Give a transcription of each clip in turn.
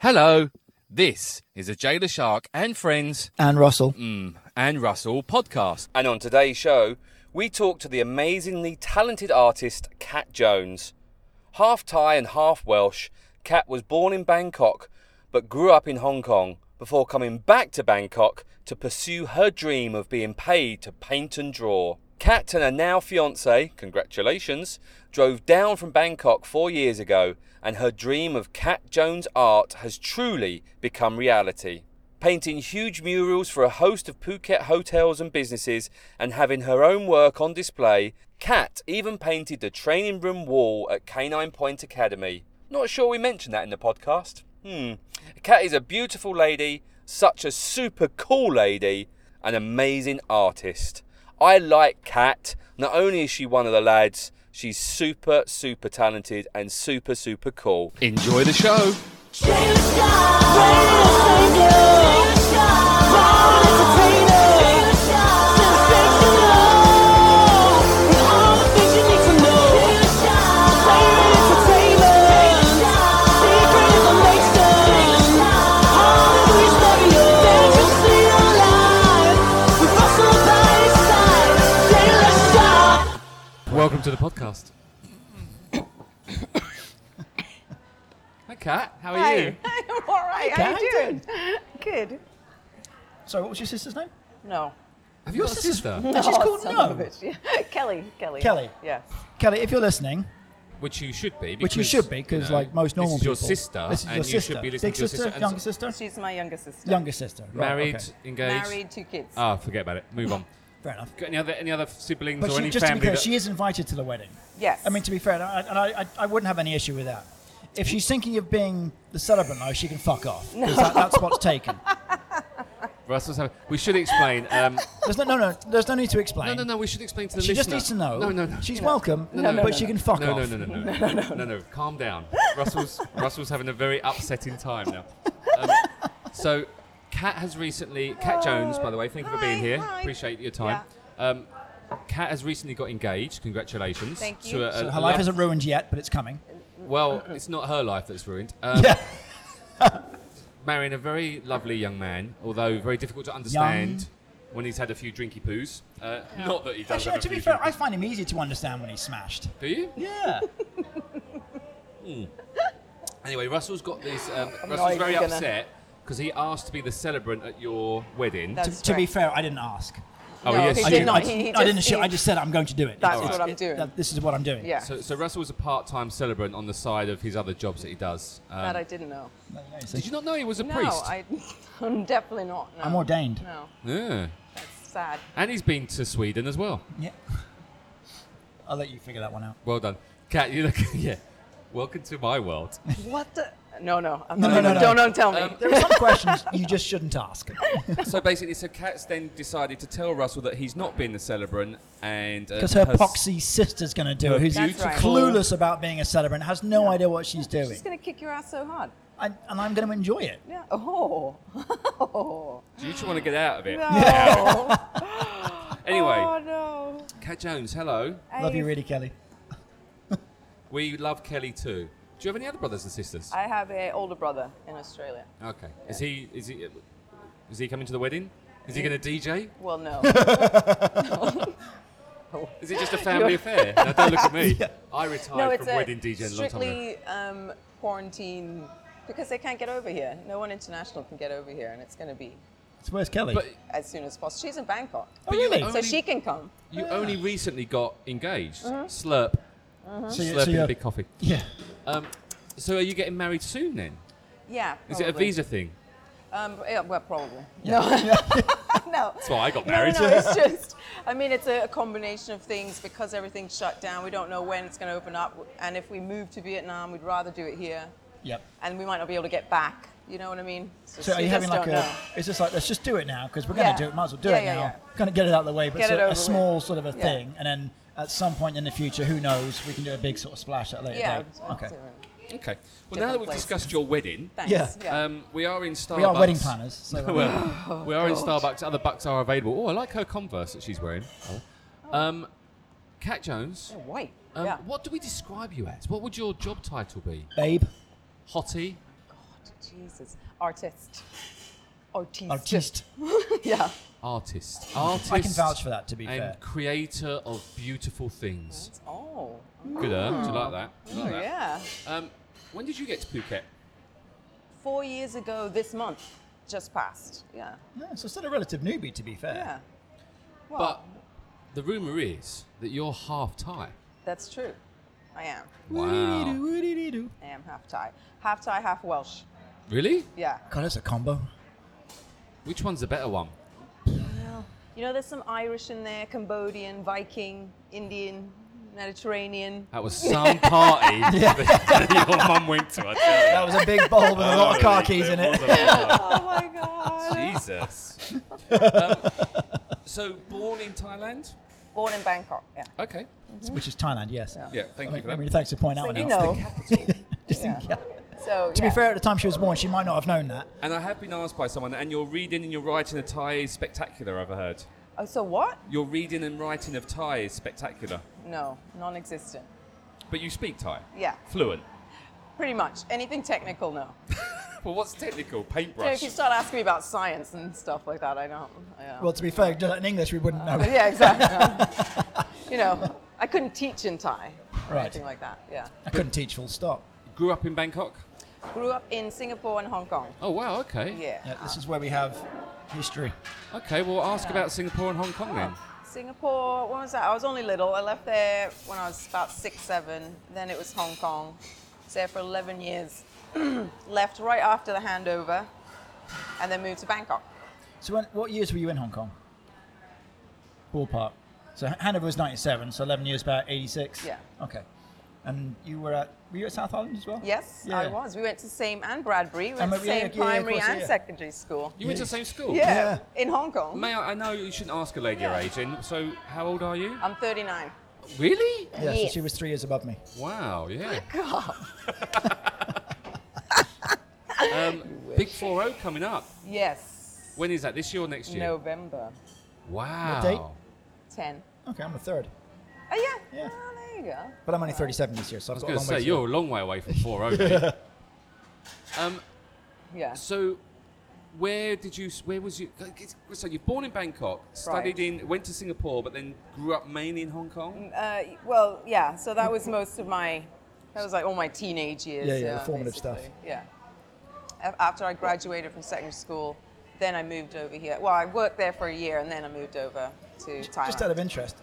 Hello, this is a Jailer Shark and Friends And Russell. Mm, and Russell podcast. And on today's show, we talk to the amazingly talented artist Kat Jones. Half Thai and half Welsh, Kat was born in Bangkok but grew up in Hong Kong before coming back to Bangkok to pursue her dream of being paid to paint and draw. Kat and her now fiance, congratulations, drove down from Bangkok four years ago, and her dream of Kat Jones art has truly become reality painting huge murals for a host of Phuket hotels and businesses, and having her own work on display, Kat even painted the training room wall at Canine Point Academy. Not sure we mentioned that in the podcast. Hmm. Kat is a beautiful lady, such a super cool lady, an amazing artist. I like Kat. Not only is she one of the lads, she's super, super talented and super, super cool. Enjoy the show. Welcome to the podcast. Hi, Kat. How are you? I'm all right. How Kat, you how you doing? Good. Sorry, what was your sister's name? No. Oh, Have you got a sister? No, she's called son No. of a bitch. Yeah. Kelly. Kelly. Kelly. Yeah. Kelly, if you're listening, Which you should be. which you should be, because like most normal This is your people, sister, this is and your you sister. should be listening Big to your sister, sister. and younger s- sister, She's my younger sister. younger Oh. sister. Right, Married, okay. engaged. Married, two kids. Ah, forget about it. Move on. Fair enough. Got any other any other siblings But or she, any just to be family? clear, that- she is invited to the wedding. yes. I mean, to be fair, and I, and I, I, I wouldn't have any issue with that. If she's thinking of being the celebrant, though, she can fuck off. 'cause That, that's what's taken. Russell's having, we should explain. Um, There's no, no, no, there's no need to explain. no, no, no. We should explain to the She listener. just needs to know. No, no, no. She's welcome, no, no, but no, she can fuck no, off. No, no, no, no, no, no, no. Calm down. Russell's Russell's having a very upsetting time now. Um, so, Kat has recently. Kat Jones, by the way, thank you for being Hi, here. hi. Appreciate your time. Um, Kat has recently got engaged. Congratulations. Thank you. To a, a, So a her life lo- isn't ruined yet, but it's coming. well, it's not her life that's ruined. Um, Yeah. Marrying a very lovely young man, although very difficult to understand when he's had a few drinky poos. Uh, Not that he does Actually, have to a few be fair, I drinky- find him easy to understand when he's smashed. Do you? Yeah. Hmm. Anyway, Russell's got this. Um, not Russell's even very gonna- upset because he asked to be the celebrant at your wedding. That's to, to be right. fair, I didn't ask. oh, no, yes, he I you- did not. I, He- he I didn't just- assume. he- I just um, said I'm going to do it. That's It's- what I'm it- doing. that- this is what I'm doing. yeah. So, so Russell was a part-time celebrant on the side of his other jobs that he does. Um, that I didn't know. There you go, you see. did you not know he was a Uh, No, priest? I, I'm definitely not. No. I'm ordained. No, Yeah. that's sad. And he's been to Sweden as well. Yeah. I'll let you figure that one out. Well done, Kat. You look, yeah. Welcome to my world. What the? No, no. I'm No, not no, gonna- no, Um, no. Don't, don't tell me. There are some questions you just shouldn't ask. so basically, so Kat's then decided to tell Russell that he's not been the celebrant, and uh, Because her poxy sister's going to do it, who's That's right. clueless about being a celebrant, has no idea what she's doing. She's going to kick your ass so hard. And, and I'm going to enjoy it. Yeah. Oh. oh. You just want to get out of it. No. Anyway, Oh, no. Kat Jones, hello. Love I- you, really, Kelly. We love Kelly too. Do you have any other brothers and sisters? I have an older brother in Australia. okay. Is he is he is he coming to the wedding? Is he going to DJ? Well, no. Is it just a family affair? No, don't look at me. I retired no, it's from a wedding DJ a long time ago. strictly um, quarantine because they can't get over here. No one international can get over here, and it's going to be It's where's Kelly? But as soon as possible. She's in Bangkok, oh, really? Oh, so really? she can come. you only recently got engaged. Uh-huh. Slurp, So you- slurp so in a you're- big coffee. yeah. Um, so are you getting married soon then? Yeah. Is it a probably. visa thing? Um, yeah, well, probably. Yeah. No. no. That's why I got No, married. no, it's just, I mean, it's a combination of things because everything's shut down. We don't know when it's going to open up. And if we move to Vietnam, we'd rather do it here. Yep. And we might not be able to get back. You know what I mean? So are you you just having like a? don't know. It's just like let's just do it now because we're going to Yeah. do it. Might as well do Yeah, it yeah, now. yeah. Kind of get it out of the way, but Get sort it of over a with. small sort of a Yeah. thing, and then at some point in the future, who knows? We can do a big sort of splash at a later Yeah. date. Okay. Okay. Well, now that we've Different place. discussed your wedding, Thanks. Yeah. um, we are in Starbucks. We are wedding planners, so uh, Well, we Oh, are in Starbucks. Other bucks are available. Oh, I like her Converse that she's wearing. Oh. Um, Kat Jones. They're white. Um, Oh, yeah. What do we describe you as? What would your job title be? babe. Hottie? Jesus. Oh, Jesus, artist, artist, Artiste. yeah. Artist. Artist. I can vouch for that, to be and fair. creator of beautiful things. Oh, Good, huh? Do you like that? Do you oh like that? yeah. Um, when did you get to Phuket? Four years ago this month, just passed. Yeah, Yeah, so still a relative newbie, to be fair. yeah. Well, But the rumor is that you're half Thai. that's true. I am. Wow. Woo-dee-dee-doo. I am half Thai, half Thai, half Welsh. Really? Yeah. God, that's a combo. Which one's the better one? You know, there's some Irish in there, Cambodian, Viking, Indian, Mediterranean. That was some party that your mum went to. I tell That was a big bowl with a lot of car keys in it. Oh my God. Jesus. Um, so born in Thailand. Born in Bangkok. Yeah. Okay. Which is Thailand, yes. Yeah. Thank you for I mean, that. thanks for pointing out. So one you else. know. Just think- yeah. So To yeah. be fair, at the time she was born, she might not have known that. And I have been asked by someone, and your reading and your writing of Thai is spectacular. I've heard. Oh, so what? Your reading and writing of Thai is spectacular. No, non-existent. But you speak Thai. Yeah. Fluent. Pretty much. Anything technical, no. Well, what's technical? So Paintbrush. if you start asking me about science and stuff like that, I don't. Yeah. Well, to be fair, in English, we wouldn't know. yeah, exactly. you know, I couldn't teach in Thai or Right. anything like that. Yeah. I couldn't teach full stop. Grew up in Bangkok. Grew up in Singapore and Hong Kong. Oh wow. Okay. Yeah. Yeah, this is where we have history. Okay. Well, ask about Singapore and Hong Kong then. Oh, Singapore, when was that? I was only little. I left there when I was about six, seven. Then it was Hong Kong. Was there for 11 years. left right after the handover and then moved to Bangkok. So, when, what years were you in Hong Kong? Ballpark. So, Han- Hanover was 97, so 11 years back, 86. Yeah. Okay. And you were at, were you at South Island as well? Yes, I Yeah. was. We went to same and Bradbury. We Um, went to yeah, yeah, same of primary course, and yeah. secondary school. You went to the same school. Yeah, in Hong Kong. May I, I know you shouldn't ask a lady your age, and so how old are you? I'm 39. Really? Yeah, so Yes. she was three years above me. Wow, yeah. um, Big 4 0 coming up. Yes, When is that? This year or next year? November Wow. date? 10. Okay, I'm a third. Oh, yeah. Yeah. Oh, there you go. But I'm only 37 this year, so I I've was got a going to long way say, to you're a long way away from oh, 4 0. um, Yeah. so, where did you, s- where was you? So, you're born in Bangkok, studied in, went to Singapore, but then grew up mainly in Hong Kong? Uh, well, yeah. So that was most of my. That was like all my teenage years. uh, Yeah, yeah, the formative basically. stuff. Yeah. A- After I graduated from secondary school, then I moved over here. Well, I worked there for a year, and then I moved over to Thailand. Just out of interest,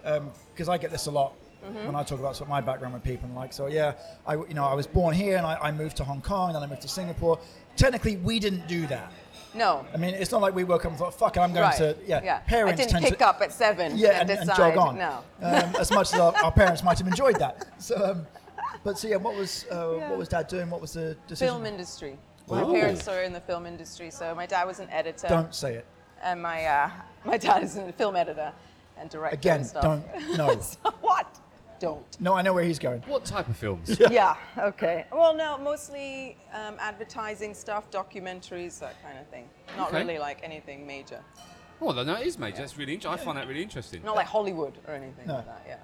because I get this a lot Mm-hmm. when I talk about sort of my background with people and like, so yeah, I you know I was born here and I, I moved to Hong Kong and then I moved to Singapore. Technically, we didn't do that. no. I mean, it's not like we woke up and thought, "Fuck, it, I'm going right. to yeah." yeah. Parents I didn't tend pick to up at seven. yeah and, and decide. jog on. No. um, as much as our, our parents might have enjoyed that. So, um, but so yeah, what was uh, what was Dad doing? What was the decision? Film industry. My Ooh. parents are in the film industry, so my dad was an editor, Don't say it and my uh, my dad is a film editor and director. again. and stuff. Don't no. what? Don't. No, I know where he's going. What type of films? yeah okay well no mostly um, advertising stuff documentaries that kind of thing not Okay. really like anything major Well, no, it is, mate. That's really interesting. I find that really interesting. not like hollywood or anything No. like that yeah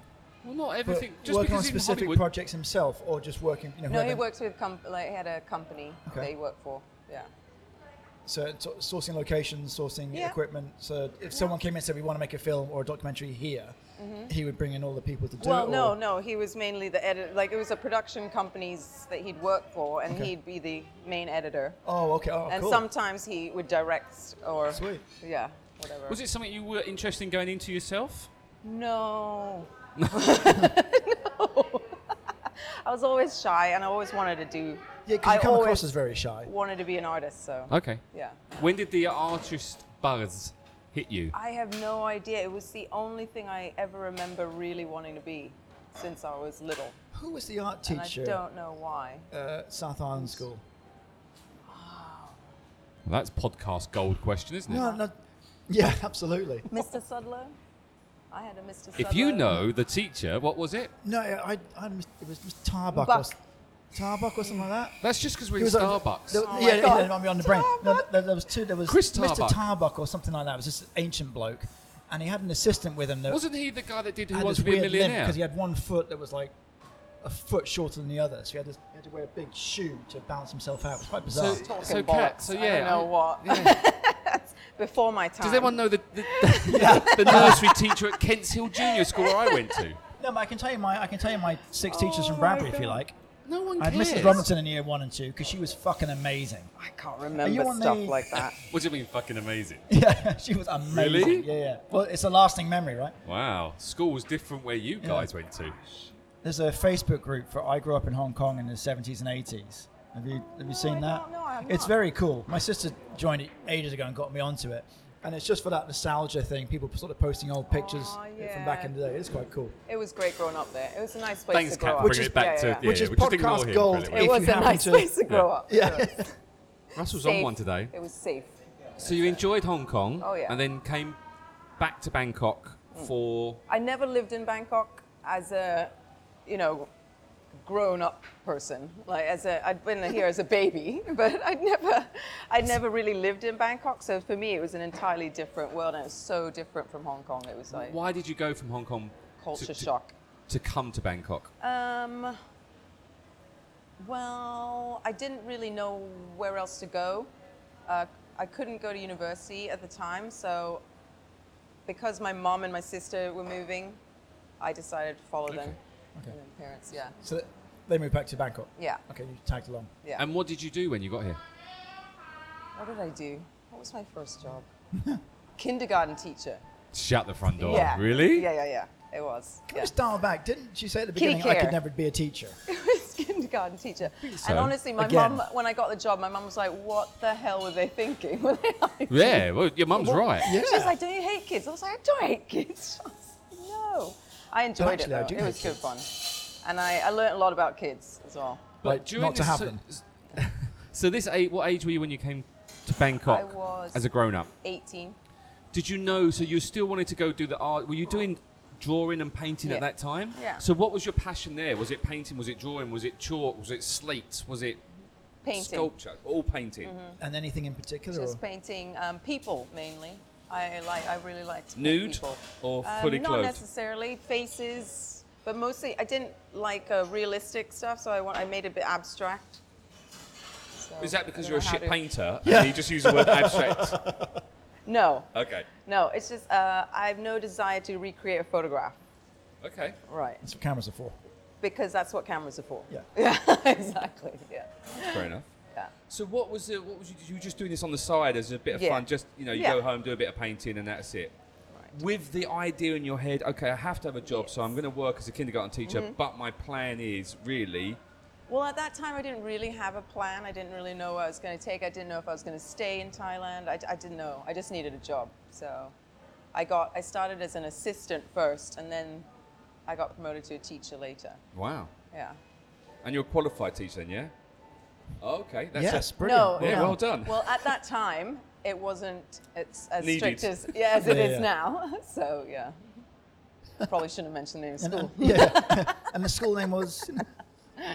Well, not But everything. Just working on because in specific Hollywood, projects himself, or just working? You know, no he whoever- works with com- like he had a company Okay. that he worked for yeah So it's sort of sourcing locations, sourcing Yeah. equipment. So if someone came in and said we want to make a film or a documentary here, he would bring in all the people to do Mm-hmm. well it. no or- no he was mainly the editor like it was a production companies that he'd work for and Okay. he'd be the main editor Oh, okay. Oh, and cool. sometimes he would direct or Sweet. yeah whatever was it something you were interested in going into yourself? No. no. I was always shy and I always wanted to do. yeah, because I you come always across as very shy. wanted to be an artist, so. Okay. Yeah. When did the artist buzz hit you? I have no idea. It was the only thing I ever remember really wanting to be since I was little. Who was the art And I teacher don't know why. uh, South Island School? Well, that's podcast gold question, isn't it? No, no. Yeah, absolutely. Mr. Sudlow? I had a Mr. Sudlow. If you know the teacher, what was it? No, I, I, I it was Miss Tarbuck or, Buck. s- Tarbuck or something like that. That's just because we're He in was on- Starbucks. there- Oh my yeah, yeah, God. yeah, it might be on the brain. No, th- there, there was two. There was Chris Mr. Tarbuck. Tarbuck or something like that. It was this ancient bloke, and he had an assistant with him that Wasn't he the guy that did Who had Wants this to Be a weird limp Millionaire? because he had one foot that was like a foot shorter than the other, so he had to, he had to wear a big shoe to balance himself out. It was quite bizarre. So- Talking Kat, bollocks. so I yeah, don't know I- what. Before my time. Does anyone know the, the, the nursery teacher at Kent's Hill Junior School where I went to? no, but I can tell you my I can tell you my six Oh teachers from Bradbury if you like. No one I had cares. Mrs. Robinson in year one and two because she was fucking amazing. I can't you remember on stuff the- like that. What do you mean, fucking amazing? Yeah, she was amazing. Really? Yeah, yeah. Well, it's a lasting memory, right? Wow, school was different where you guys went to. There's a Facebook group for I grew up in Hong Kong in the 70s and 80s. Have you have you seen I that? don't know, I have it's not. very cool. My sister joined it ages ago and got me onto it, and it's just for that nostalgia thing. People sort of posting old pictures Aw, from Oh, yeah. back in the day. It's quite cool. It was great growing up there. It was a nice place Thanks, to grow Kat. up. Bring it back to yeah, which yeah, is we just ignore podcast him, gold. really. If It was you a happen nice to- place to grow up. Yeah. Russell's Safe. on one today. It was safe. So you enjoyed Hong Kong, Oh, yeah. Mm. and then came back to Bangkok for I never lived in Bangkok as a, you know, grown-up person. Like as a, I'd been here as a baby, but I'd never, I'd never really lived in Bangkok. So for me, it was an entirely different world, and it was so different from Hong Kong. It was like why did you go from Hong Kong to- culture to, shock. to come to Bangkok? Um, well, I didn't really know where else to go. Uh, I couldn't go to university at the time, so because my mom and my sister were moving, I decided to follow them. Okay. And then parents, yeah. So th- they moved back to Bangkok. Yeah. Okay, you tagged along. Yeah. And what did you do when you got here? what did I do? What was my first job? Kindergarten teacher. Shut the front door. yeah. Oh, Really? Yeah, yeah, yeah. It was. Can Yeah. I just dial back? Didn't she say at the Kitty beginning I could care. never be a teacher? was kindergarten teacher. so. And honestly, my Again. mum, when I got the job, my mum was like, what the hell were they thinking? when they hired you?" Yeah, well, your mum's right. Yeah. She was like, don't you hate kids? I was like, I don't hate kids. I was like, no. I enjoyed actually, I it, do though. It hate was good fun. And I, I learned a lot about kids as well. Like, not to this- have them. So, so this age, what age were you when you came to Bangkok I was- as a grown-up? 18. Did you know? So you still wanted to go do the art? Were you doing drawing and painting at Yeah. that time? Yeah. So what was your passion there? Was it painting? Was it drawing? Was it chalk? Was it slate? Was it Painting. Mm-hmm. sculpture? All painting. And anything in particular? or- Just painting um, people mainly. I like. I really liked Nude people. or Um, fully not clothed? necessarily faces, but mostly I didn't like uh, realistic stuff, so I want I made it a bit abstract. So, Is that I because don't you're a know how shit to- painter and you just use the word abstract? No, Okay. no. It's just uh, I have no desire to recreate a photograph. Okay. Right. That's what cameras are for. Because that's what cameras are for. Yeah. exactly. Yeah. Fair enough. Yeah. So what was it? What was you, you were just doing this on the side as a bit of Yeah. fun? Just you know, you Yeah. go home, do a bit of painting, and that's it. Right. With the idea in your head, okay, I have to have a job, so I'm Yes. Mm-hmm. going to work as a kindergarten teacher. But my plan is really Well, at that time, I didn't really have a plan. I didn't really know what I was going to take. I didn't know if I was going to stay in Thailand. I, I didn't know. I just needed a job. So I got, I started as an assistant first, and then I got promoted to a teacher later. wow. Yeah. And you're a qualified teacher, then, yeah? Okay, that's yes, it. brilliant. No, Yeah, no. well done. Well, at that time, it wasn't it's as Needed. strict as, yeah, as it Yeah, is yeah. now. So, yeah. Probably shouldn't have mentioned the name of And, school. and- yeah. and the school name was.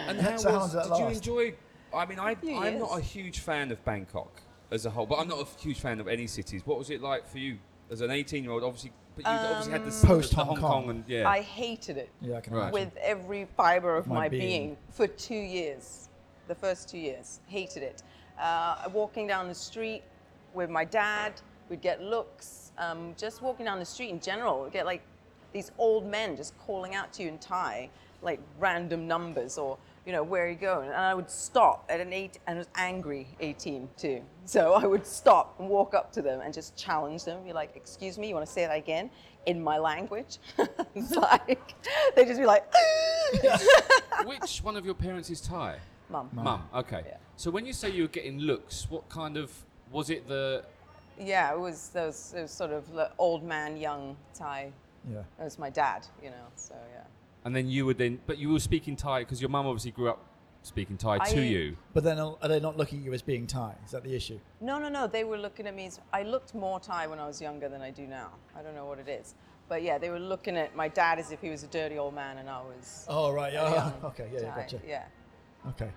And how So how long was, did did that you last? enjoy? I mean, I, few I'm years. not a huge fan of Bangkok as a whole, but I'm not a huge fan of any cities. What was it like for you as an 18 year old? Obviously, but you obviously had the the Post-Hong Hong Kong. Kong and yeah. Um, I hated it. Yeah, I can Right. imagine. with every fiber of My my, being. being. for two years. The first two years, hated it. Uh, walking down the street with my dad, we'd get looks. Um, just walking down the street in general, we'd get like these old men just calling out to you in Thai, like random numbers or you know where are you going? And I would stop at an eight and I was angry 18 too. So I would stop and walk up to them and just challenge them. Be like, "Excuse me, you want to say that again in my language?" it's like they just be like. Which one of your parents is Thai? Mum. Mum. Okay. Oh, Yeah. So when you say you were getting looks, what kind of was it? The Yeah, it was those it was sort of the old man, young Thai. Yeah. It was my dad, you know. So yeah. and then you were then, but you were speaking Thai because your mum obviously grew up speaking Thai to I- you. But then are are they not looking at you as being Thai? Is that the issue? No, no, no. They were looking at me. As, I looked more Thai when I was younger than I do now. I don't know what it is, but yeah, they were looking at my dad as if he was a dirty old man, and I was. Oh, right. a Yeah. young okay. Yeah, yeah, Thai. gotcha. Yeah, Okay.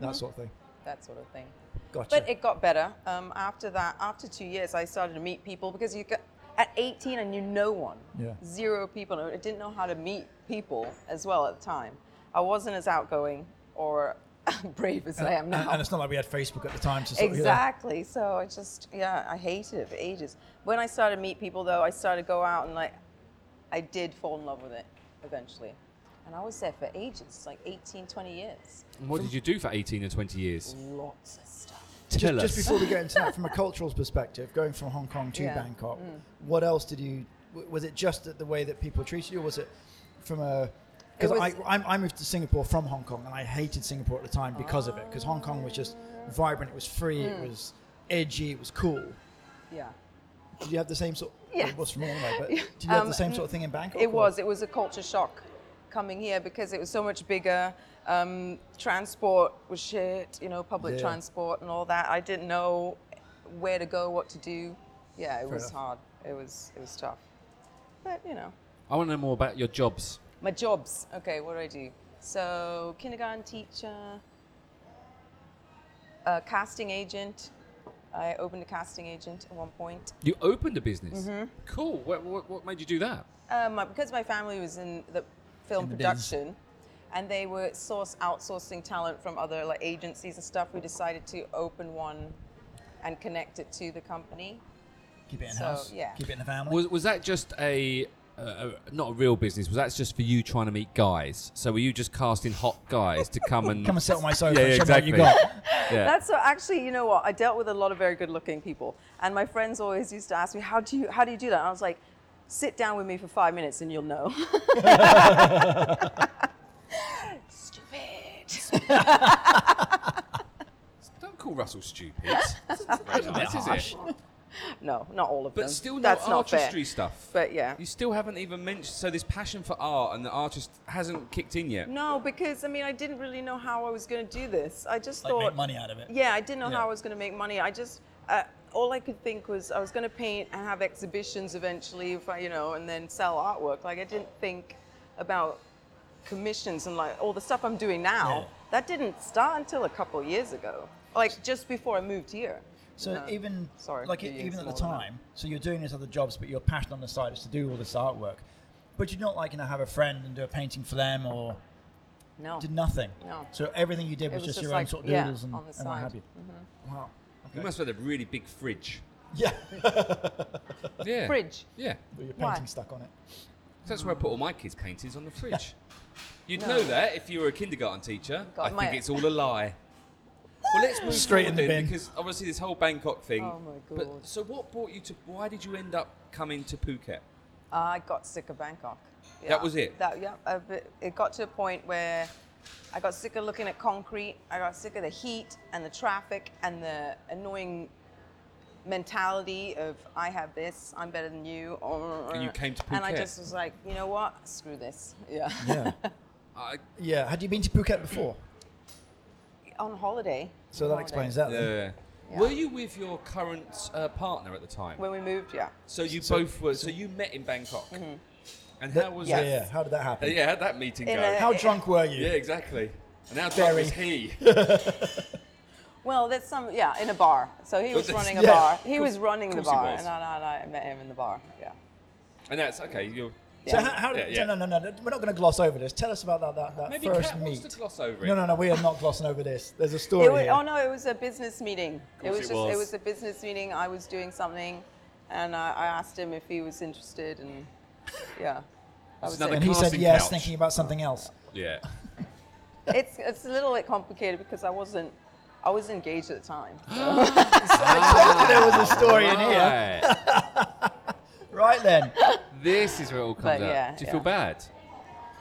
That sort of thing. that sort of thing. Gotcha. But it got better. Um, after that, after two years, I started to meet people because you got, at 18 I knew no one, Yeah. zero people. I didn't know how to meet people as well at the time. I wasn't as outgoing or brave as I am And, now. and it's not like we had Facebook at the time. So sort of, you know, Exactly. So I just, yeah, I hated it for ages. When I started to meet people, though, I started to go out and like, I did fall in love with it eventually. And I was there for ages, like 18, 20 years. And what did you do for 18 and 20 years? Lots of stuff. Tell just, just us. before we get into that, from a cultural perspective, going from Hong Kong to Yeah. Mm. Bangkok, what else did you? w- Was it just that the way that people treated you, or was it from a? Because was- I, I'm- I moved to Singapore from Hong Kong, and I hated Singapore at the time because of it. Because Hong Kong was just vibrant, it was free, it Mm. was edgy, it was cool. Yeah. Did you have the same sort? Yes. It was from anyway, but did you have Um, the same sort of thing in Bangkok? It or- was. It was a culture shock coming here because it was so much bigger. Um, transport was shit, you know, public Yeah. transport and all that. I didn't know where to go, what to do. Yeah, it was enough. hard. It was it was tough. But you know, I want to know more about your jobs. my jobs. Okay, what do I do? So kindergarten teacher, a casting agent. I opened a casting agent at one point. You opened a business. Mm-hmm. Cool. What, what, what made you do that? Um, my- because my family was in the film In the biz. production, and they were source outsourcing talent from other like agencies and stuff. We decided to open one and connect it to the company. Keep it in so, house. yeah. Keep it in the family. Was, was that just a, uh, uh not a real business? Was that just for you trying to meet guys? So were you just casting hot guys to come and Come and sit on my sofa. Yeah, and yeah, show me what you exactly. got. Yeah. That's so actually, you know what? I dealt with a lot of very good-looking people, and my friends always used to ask me, "How do you how do you do that?" And I was like, "Sit down with me for five minutes, and you'll know." Stupid. Don't call Russell stupid. That's very nice, is it? No, not all of them. But still, no that's not fair. artistry stuff. But yeah. you still haven't even mentioned. So this passion for art and the artist hasn't kicked in yet. No, because I mean, I didn't really know how I was going to do this. I just Like thought, make money out of it. yeah, I didn't know Yeah. how I was going to make money. I just uh, all I could think was I was going to paint and have exhibitions eventually, if I, you know, and then sell artwork. Like I didn't think about commissions and like all the stuff I'm doing now. Yeah. That didn't start until a couple of years ago, like just before I moved here. So No. even Uh, Sorry, like you e- used even at the more than that. time, so you're doing these other jobs, but your passion on the side is to do all this artwork. But you're not like you know have a friend and do a painting for them or No, did nothing. No. So everything you did was, was just, just your own like, sort of yeah, doodles and, on the and what side. Mm-hmm. have you. Wow. You Okay. must have had a really big fridge. yeah. Yeah. Fridge. Yeah. With your painting Why? stuck on it. That's where I put all my kids' paintings on the fridge. You'd No. know that if you were a kindergarten teacher. God, I my- think it's all a lie. Well, let's move Straight in forward the then, bin. because obviously this whole Bangkok thing. Oh my God. But so what brought you to? Why did you end up coming to Phuket? I got sick of Bangkok. That was it? That, yeah, a bit- it got to a point where I got sick of looking at concrete. I got sick of the heat and the traffic and the annoying mentality of I have this, I'm better than you. Or, And you came to And I Phuket? just was like, you know what? Screw this. Yeah. Yeah. I, yeah. Had you been to Phuket before? On holiday. So On that holiday. explains that. then. yeah. Were you with your current uh, partner at the time? When we moved, yeah. So you both were. So you met in Bangkok, and how was Yeah, that? yeah. How did that Uh, happen? Yeah, how'd that meeting In go? a- How drunk were you? yeah, exactly. And how drunk Very. was he? Well, that's some, yeah, in a bar. So he was that's- running a yeah, bar. of He was running the course he bar. was. And I, and I I met him in the bar. Yeah. And that's okay. You're So Yeah. how, how did, Yeah, yeah. No, no, no, no. We're not going to gloss over this. Tell us about that that, that maybe first Kat meet. wants to gloss over it. No, no, no. We are not glossing over this. There's a story. It was, here. oh no, it was a business meeting. It course was it just was. it was a business meeting. I was doing something, and I, I asked him if he was interested, and yeah, that It's was another it. and he said casting yes, couch. thinking about something else. Yeah. It's it's a little bit complicated because I wasn't I was engaged at the time. there was a story in here. Right. Right then. this is where it all comes But out. yeah, Do you yeah. feel bad?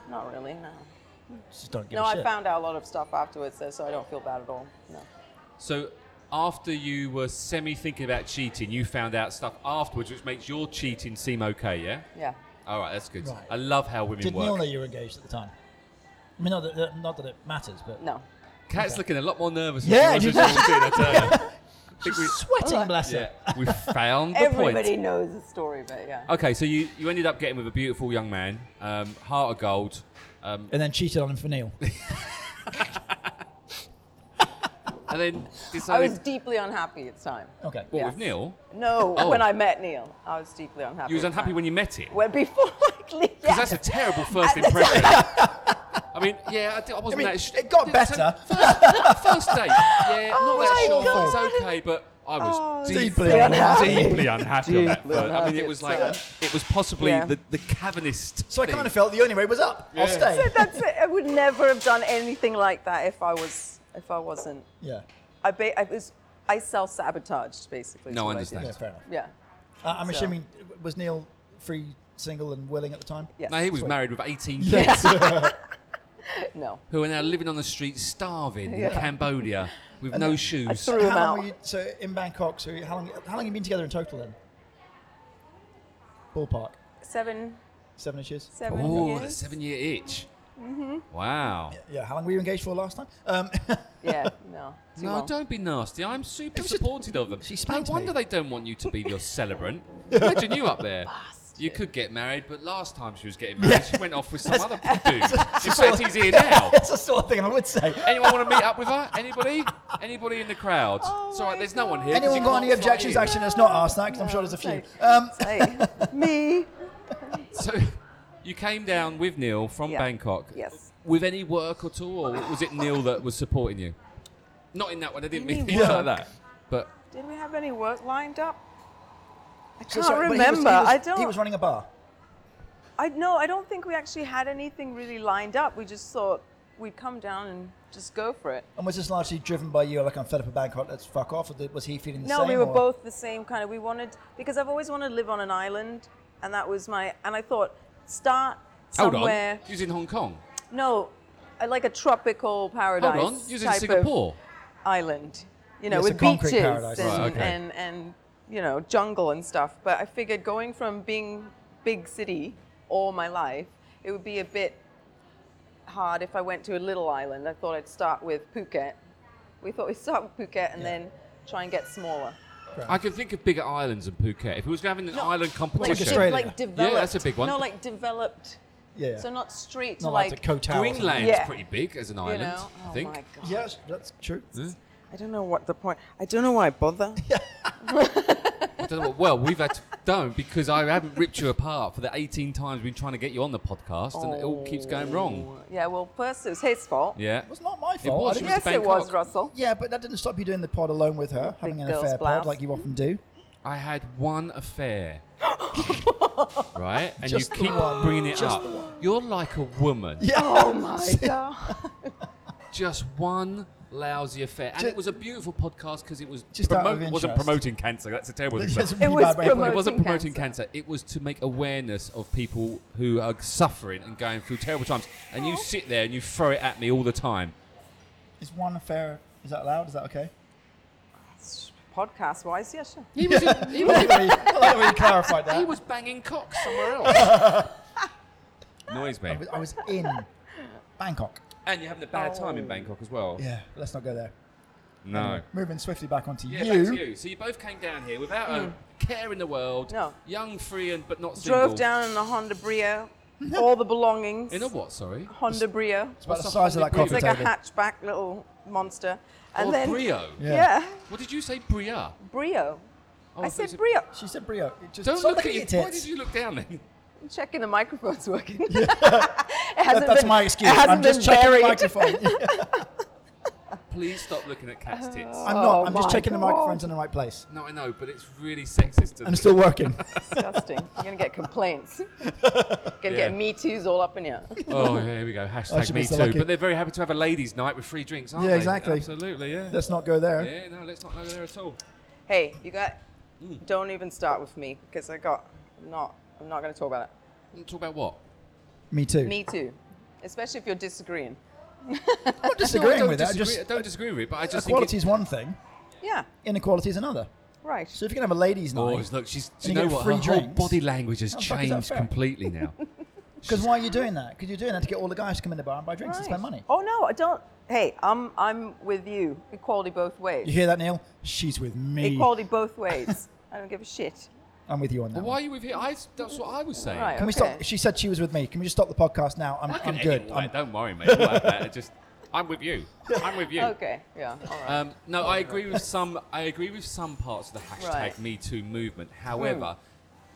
Not really, no. Just don't give No, a I shit. found out a lot of stuff afterwards, though, so I don't feel bad at all. No. So after you were semi thinking about cheating, you found out stuff afterwards, which makes your cheating seem okay. Yeah. Yeah. All right, that's good. Right. I love how women Did Neil work. know you were engaged at the time? I mean, not that, that- not that it matters, but No. Kat's looking a lot more nervous. than Yeah, she you was when she walked in, I tell you. I think we, sweating, bless yeah, her. we found the point. Everybody knows the story, but yeah. Okay, so you, you ended up getting with a beautiful young man, um, heart of gold. Um, And then cheated on him for Neil. and then I decided, was deeply unhappy at the time. Okay. what, yeah. with Neil? No, Oh. when I met Neil, I was deeply unhappy. You was at the unhappy time. when you met him? Well, before likely. Uh, Because that's a terrible first impression. I mean, yeah, I, did, I wasn't mean, that. Sh- it got so better. Oh First, no, first date, yeah, not that my sure. God. It's okay, but I was Oh, Deeply deeply, unhappy. deeply unhappy on that. Deeply But, I mean, unhappy, it was it's like it was possibly Yeah. the, the cavernist. So I thing. kind of felt the only way was up. I'll Yeah. stay. That's it. I would never have done anything like that if I was if I wasn't. Yeah. I ba- I was I self sabotaged basically. is No, I what did. understand. Yeah, fair enough. Yeah. Uh, I'm So- assuming was Neil free, single, and willing at the time. Yes. No, he was married with 18 kids Yes. No. who are now living on the streets, starving in Yeah. Cambodia with no I shoes. threw him how long out. were you, so in Bangkok? So how long? How long have you been together in total then? Ballpark, Seven seven years. seven Oh, the years. seven year itch. Mm-hmm. Wow. Yeah. How long were you engaged for last time? Um, Yeah, no. Too No, long. don't be nasty. I'm super was just- supportive of them. she no spanked me. wonder they don't want you to be your celebrant. Imagine you up there. You could get married, but last time she was getting married, she went off with some other dude. In fact, he's here now. that's the sort of thing I would say. Anyone want to meet up with her? Anybody? Anybody in the crowd? it's all right. There's no one here. 'cause Oh Anyone you got can't any fly objections? in. Actually, let's not ask that because I'm sure there's a few. Say- Um, say, me. So, you came down with Neil from Yeah. Bangkok. Yes. With any work at all, or was it Neil that was supporting you? Not in that one. I didn't mean Any things like work? that. But Did we have any work lined up? I so can't sorry, but he was- he remember. was- I don't. He was running a bar. I no, I don't think we actually had anything really lined up. We just thought we'd come down and just go for it. And was this largely driven by you, like I'm fed up of Bangkok, let's fuck off? Or did- was he feeling the No, same? we were or- both the same kind of. We wanted because I've always wanted to live on an island, and that was my. And I thought start hold somewhere. on, you was in Hong Kong. No, I like a tropical paradise. Hold on, you was in type of Singapore. island, you know, Yes, a with concrete beaches paradise. and, Right, okay. and and you know jungle and stuff. But I figured going from being big city all my life, it would be a bit hard if I went to a little island. I thought I'd start with Phuket. We thought we'd start with Phuket and then try and get smaller. I can think of bigger islands than Phuket. If it was having an island competition, Like Australia. like developed. Yeah, that's a big one. No, like developed. Yeah. So not straight, Not like, like, the Koh Greenland's Yeah. pretty big as an you island. know. I oh think. my god. Yes, that's true. I don't know what the point. I don't know why I bother. I don't know what, well, we've had to, don't because I haven't ripped you apart for the 18 times we've been trying to get you on the podcast, and it all keeps going wrong. Oh. yeah. Well, first it was his fault. Yeah. It was not my It fault. was, I didn't- was Yes, it was Bangkok. Russell. yeah, but that didn't stop you doing the pod alone with her, having an girl's affair pod blouse. like you often do. I had one affair. right? And Just the you keep one. bringing it Just up. You're like a woman. Yeah. Oh my god. Just one lousy affair. And Ju- it was a beautiful podcast because it was Just out promo- of wasn't interest. promoting cancer. That's a terrible thing. That's but a It really bad was way of putting promoted. wasn't Promoting promoting cancer. It was to make awareness of people who are suffering and going through terrible times. And you sit there and you throw it at me all the time. it. Is one affair, is that allowed? Is that okay? Podcast wise, yeah, sure. He was, in- he was, I like the way you clarified that. he was banging cock somewhere else. Annoys me. I was- I was in Bangkok. And you're having a bad time in Bangkok as well. Yeah, let's not go there. No. Moving swiftly back onto Yeah, you. back to you. So you both came down here without a care in the world. No. Young, free, and but not single. Drove down in a Honda Brio, all the belongings. in a what? Sorry. Honda Brio. It's about What's the a size of that hungry coffee It's like a table. hatchback little monster. And or then Oh, brio. Yeah. What did you say, bria? Brio. Oh, I thought you said Brio. She said Brio. It just Don't stop look at you. your Why tits. did you look down then? I'm checking the microphone's working. it hasn't that's been, my excuse. It hasn't I'm just been checking buried. the microphone. Please stop looking at cat's tits. I'm Oh not. I'm just my checking the God. microphone's in the right place. no, I know, but it's really sexist. to And it's still working. Disgusting. You're going to get complaints. You're going to Yeah. get Me Too's all up in here. oh, yeah, here we go. Hashtag should me be so too. lucky. But they're very happy to have a ladies' night with free drinks, aren't Yeah, they? exactly. Absolutely, yeah. Let's not go there. yeah, no, let's not go there at all. Hey, you got. Mm. Don't even start with me because I got. I'm not. I'm not going to talk about it. Talk about what? Me too. Me too. Especially if you're disagreeing. I'm not I disagreeing don't with that. disagree- I Just uh, don't disagree with it, but I just think equality it, is one thing, Yeah, inequality is another. right. So if you can have a ladies' Oh, night, it's look, she's. Do And you you know get what? Her free whole drinks. body language has How the fuck is that changed fair? completely now. because why are you doing that? Because you're doing that to get all the guys to come in the bar and buy drinks Right. and spend money. Oh no, I don't. Hey, I'm I'm with you. Equality both ways. You hear that, Neil? She's with me. Equality both ways. I don't give a shit. I'm with you on that. Why one. are you with here? I, that's what I was saying. All right. Can we okay. stop? She said she was with me. Can we just stop the podcast now? I'm, I'm I can good. edit all I'm, that, Don't worry, mate. All that, that, I just, I'm with you. I'm with you. Okay. Yeah. All right. Um, Oh, no, I agree with some. I agree with some parts of the hashtag Right. Hmm. Me Too movement. However,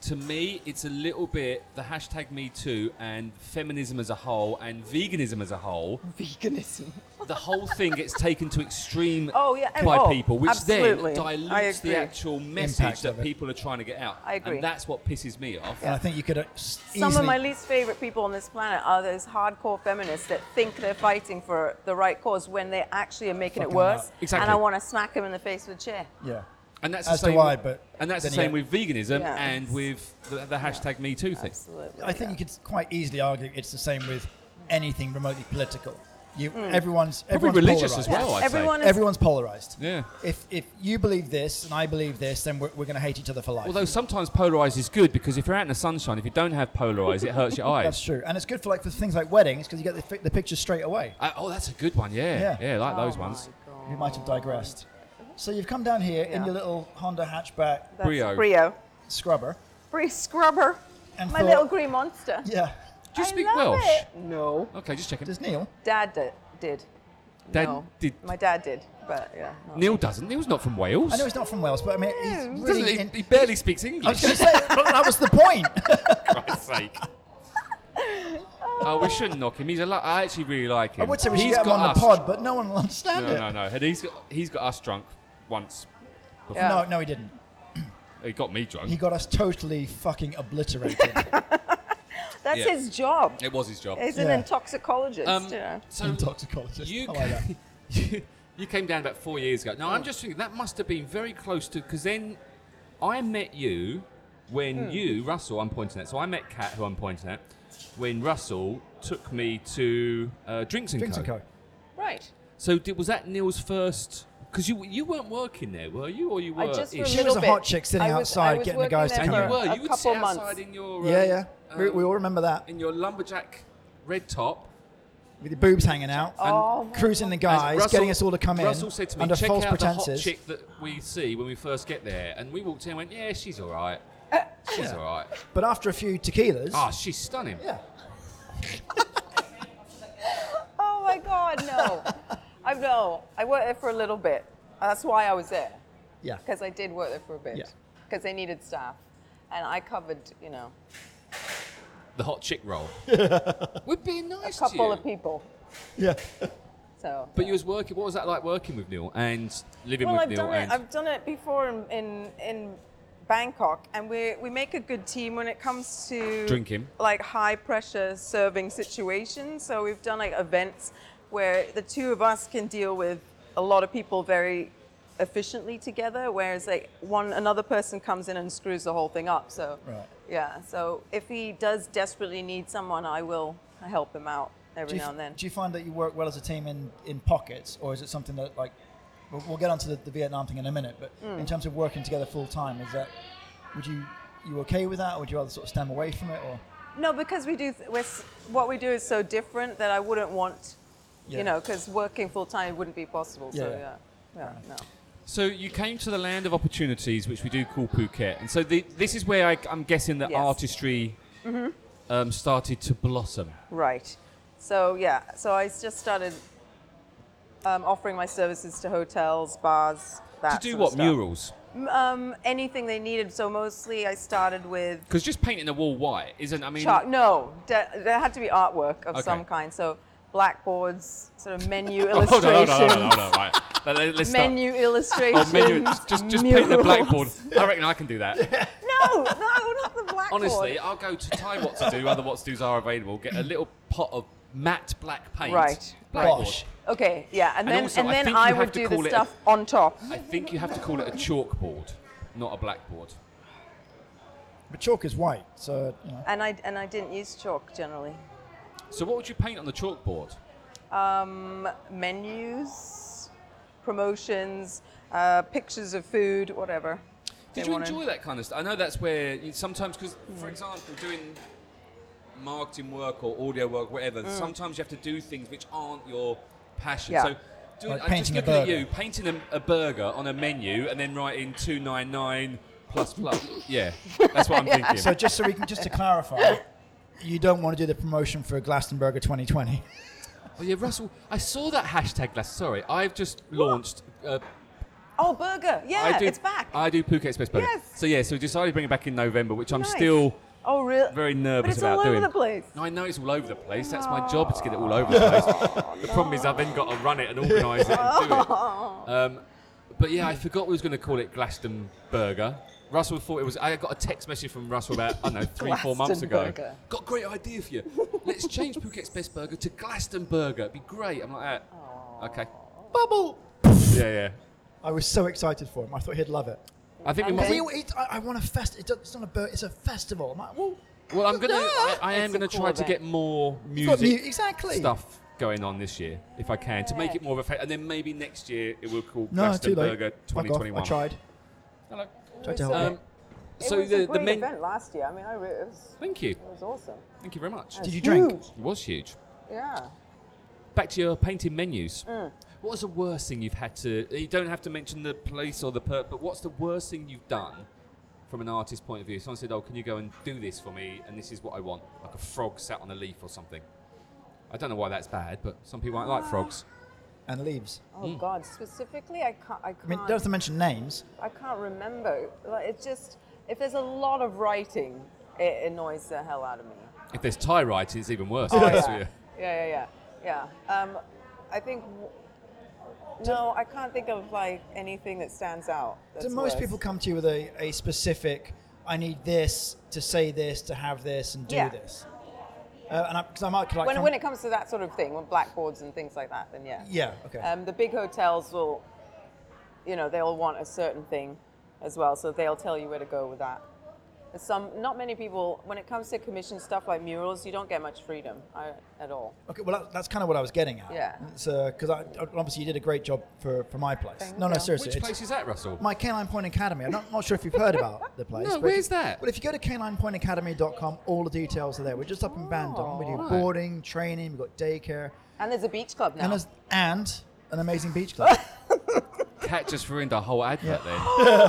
to me, it's a little bit the hashtag Me Too and feminism as a whole and veganism as a whole. Veganism. The whole thing gets taken to extreme Oh, yeah, and- by oh, people, which absolutely. I then dilutes the agree. actual message Impact that of it. people are trying to get out. I agree. And that's what pisses me off. And I think you could uh, s- Some easily of my least favorite people on this planet are those hardcore feminists that think they're fighting for the right cause when they actually are making it Fucking worse. right. Exactly. And I want to smack them in the face with a chair. yeah. And that's As the to same. why, but and that's the then you same get- with veganism Yeah. and with the, the hashtag Me Too thing. Absolutely. I think you could quite easily argue it's the same with anything remotely political. You, Hmm. everyone's Probably everyone's religious as polarized. well. I'd Everyone say. is Everyone's polarized. Yeah. If if you believe this and I believe this, then we're, we're going to hate each other for life. Although sometimes polarized is good because if you're out in the sunshine, if you don't have polarized, it hurts your eyes. That's true, and it's good for like for things like weddings because you get the, fi- the picture straight away. Uh, oh, that's a good one. Yeah, yeah, Yeah. I like Oh those my ones. God. We might have digressed. So you've come down here in Yeah. your little Honda hatchback That's Brio. Brio. scrubber. Bree Scrubber. And My thought- little green monster. Yeah, Do you I speak love Welsh? it. No. Okay, just checking. does Neil? Dad di- did. Dad no. did- My dad did, but yeah. not Neil me. doesn't. Neil's not from Wales. I know he's not from Wales, but I mean, he's he, doesn't, really. he, in- he barely speaks I was English. going to say but that was the point. For Christ's sake. Oh, we shouldn't knock him. He's a. Lo- I actually really like him. I would say we should He's get him got on us. the pod, but no one will understand No, it. no, no. And he's got, he's got us drunk once. Yeah. No, no, he didn't. He got me drunk. He got us totally fucking obliterated. That's Yeah. his job. it was his job. He's an Yeah. intoxicologist, Um, you know. so In toxicologist. You, I like that. ca- you you came down about four years ago. Now Oh. I'm just thinking that must have been very close to because then I met you Hmm. when you Russell. I'm pointing at. So I met Kat, who I'm pointing at, when Russell took me to uh, Drinks and Drinks Co. and Co. Right. So did, was that Neil's first? Because you you weren't working there, were you, or you were? I just for ish? She little was a bit. hot chick sitting I was- outside I was getting the working guys to there come for in. you were. a You would couple sit months. outside in your Yeah, um, yeah. we, um, we all remember that in your lumberjack red top. with your boobs hanging out, Oh, my cruising the And guys, Russell- Uh, getting us all to come in Russell said to me, under check false out pretenses. the hot chick that we see when we first get there. And we walked in and went, yeah, she's all right. Uh, She's all right. But after a few tequilas, Ah, she's stunning. yeah, Oh my God, no. I know. I worked there for a little bit. That's why I was there. yeah. because I did work there for a bit Yeah. because they needed staff, and I covered you know The hot chick role. Would be a nice to couple you. of people. yeah. So, But you was working, what was that like working with Neil and living well, with I've Neil? done it. and I've done it before in in, in Bangkok, and we we make a good team when it comes to Drinking. like high pressure serving situations. So we've done like events where the two of us can deal with a lot of people very efficiently together whereas like one another person comes in and screws the whole thing up so Right. yeah so if he does desperately need someone i will help him out Do every you, now and then do you find that you work well as a team in, in pockets, or is it something that like we'll, we'll get onto the, the Vietnam thing in a minute? But Hmm. in terms of working together full time, is that would you you okay with that, or would you rather sort of stand away from it, or No, because we do. Th- we're, s- what we do is so different that I wouldn't want, Yeah. you know, because working full time wouldn't be possible. So Yeah. yeah, yeah, no. So you came to the land of opportunities, which we do call Phuket, and so the, this is where I, I'm guessing that Yes. Mm-hmm. artistry um, started to blossom. Right. So yeah. So I s- just started um, offering my services to hotels, bars. That to do sort of what stuff. murals? M- Um, anything they needed. So mostly I started with Because just painting a wall white isn't. I mean, chalk. No, de- there had to be artwork of Okay. some kind. So blackboards, sort of menu Oh, hold on, illustrations, hold on, hold on, hold on, right. Let- let- Let's start. menu illustrations, Oh, menu. Just, just paint the murals. blackboard. I reckon I can do that. No, no, not the blackboard. Honestly, I'll go to Thai What to Do. Other What to Do's are available. Get a little pot of matte black paint. Right. Blackboard. Bosh. Okay, yeah, and, And then also, I and then think I, you have would to do the call it a- stuff on top. I think you have to call it a chalkboard, not a blackboard. but chalk is white, so you know. And I and I didn't use chalk generally. So what would you paint on the chalkboard? Um, menus, promotions, uh, pictures of food, whatever. Did they you wanted. Mm. enjoy that kind of stuff? I know that's where you sometimes, because for example, doing marketing work or audio work, whatever, sometimes you have to do things which aren't your passion. Mm. Yeah. So, doing, Like I'm just painting a looking at burger. you painting a, a burger on a menu and then writing two nine nine plus plus. yeah, that's what I'm thinking. So just so we can just to clarify, you don't want to do the promotion for Glastonburger 2020. oh yeah, Russell, I saw that hashtag last. Sorry, I've just launched. Uh, Oh, burger. Yeah, do, it's back. I do Phuket Express burger. Yes. So yeah, so we decided to bring it back in November, which I'm Nice. still oh, really? very But nervous it's about all doing. over the place. No, I know it's all over the place. That's my job to get it all over the place. the problem is I've then got to run it and organise it and do it. Um, but yeah, I forgot we was going to call it Glaston Burger. Russell thought it was. I got a text message from Russell about I don't know three, four months ago. Glastonburger. Got a great idea for you. Let's change Phuket's best burger to Glaston Burger. It'd be great. I'm like, ah, okay, bubble. yeah, yeah. I was so excited for him. I thought he'd love it. I think we And might. then- He, he, I, I want a fest. It's, it's not a bird. It's a festival. I'm like, well, Well, I'm gonna. I, I am It's a gonna cool try to event. get more got music mu- exactly. stuff going on this year, if I can, to make it more of a. Fa- and then maybe next year it will call No, it's too Glaston late. Burger Fuck off. 2021. I tried. Tried to help. Um, him. It so was the a the great men. event last year. I mean, I re- it, was, Thank you, it was awesome. thank you very much. Did you drink? It was huge. Yeah. Back to your painting menus. What was the worst thing you've had to? You don't have to mention the place or the per, but what's the worst thing you've done from an artist's point of view? Someone said, "Oh, can you go and do this for me?" And this is what I want, like a frog sat on a leaf or something. I don't know why that's bad, but some people don't like frogs. And leaves. Oh Mm. God. Specifically, I can't. I can't. I mean, don't have to mention names. I can't remember. Like, it's just if there's a lot of writing, it annoys the hell out of me. If there's tie writing, it's even worse. Oh, That's yeah. weird. yeah, yeah, yeah, yeah. Um, I think w- no, I can't think of like anything that stands out. So that's most worse. people come to you with a, a specific, I need this to say this, to have this, and do Yeah. this. Uh, and I, cause I might like. when, come- when it comes to that sort of thing, with blackboards and things like that, then yeah. yeah, okay. Um, the big hotels will, you know, they'll want a certain thing as well, so they'll tell you where to go with that. But Some, not many people, when it comes to commission stuff like murals, you don't get much freedom I, at all. Okay, well, that, that's kind of what I was getting at. Yeah. Because I obviously you did a great job for, for my place. Thank no, no, you. seriously. Which it's place is that, Russell? my Canine Point Academy. I'm not, not sure if you've heard about the place. No, but if where's you- that? Well, if you go to caninepointacademy.com, all the details are there. We're just up in Bandon. We do Oh, right. boarding, training, we've got daycare, And there's a beach club now. and, there's- and an amazing beach club. Cat just ruined our whole advert then.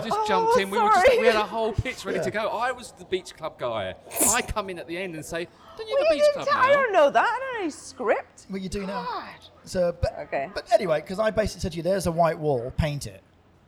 just jumped in. We were just, sorry. we had a whole pitch ready Yeah. to go. I was the beach club guy. I come in at the end and say, "Don't you Well, have a you beach didn't club tell- now?" I don't know that. I don't know any script. what you do now. So, but, Okay. but anyway, because I basically said to you, there's a white wall, paint it.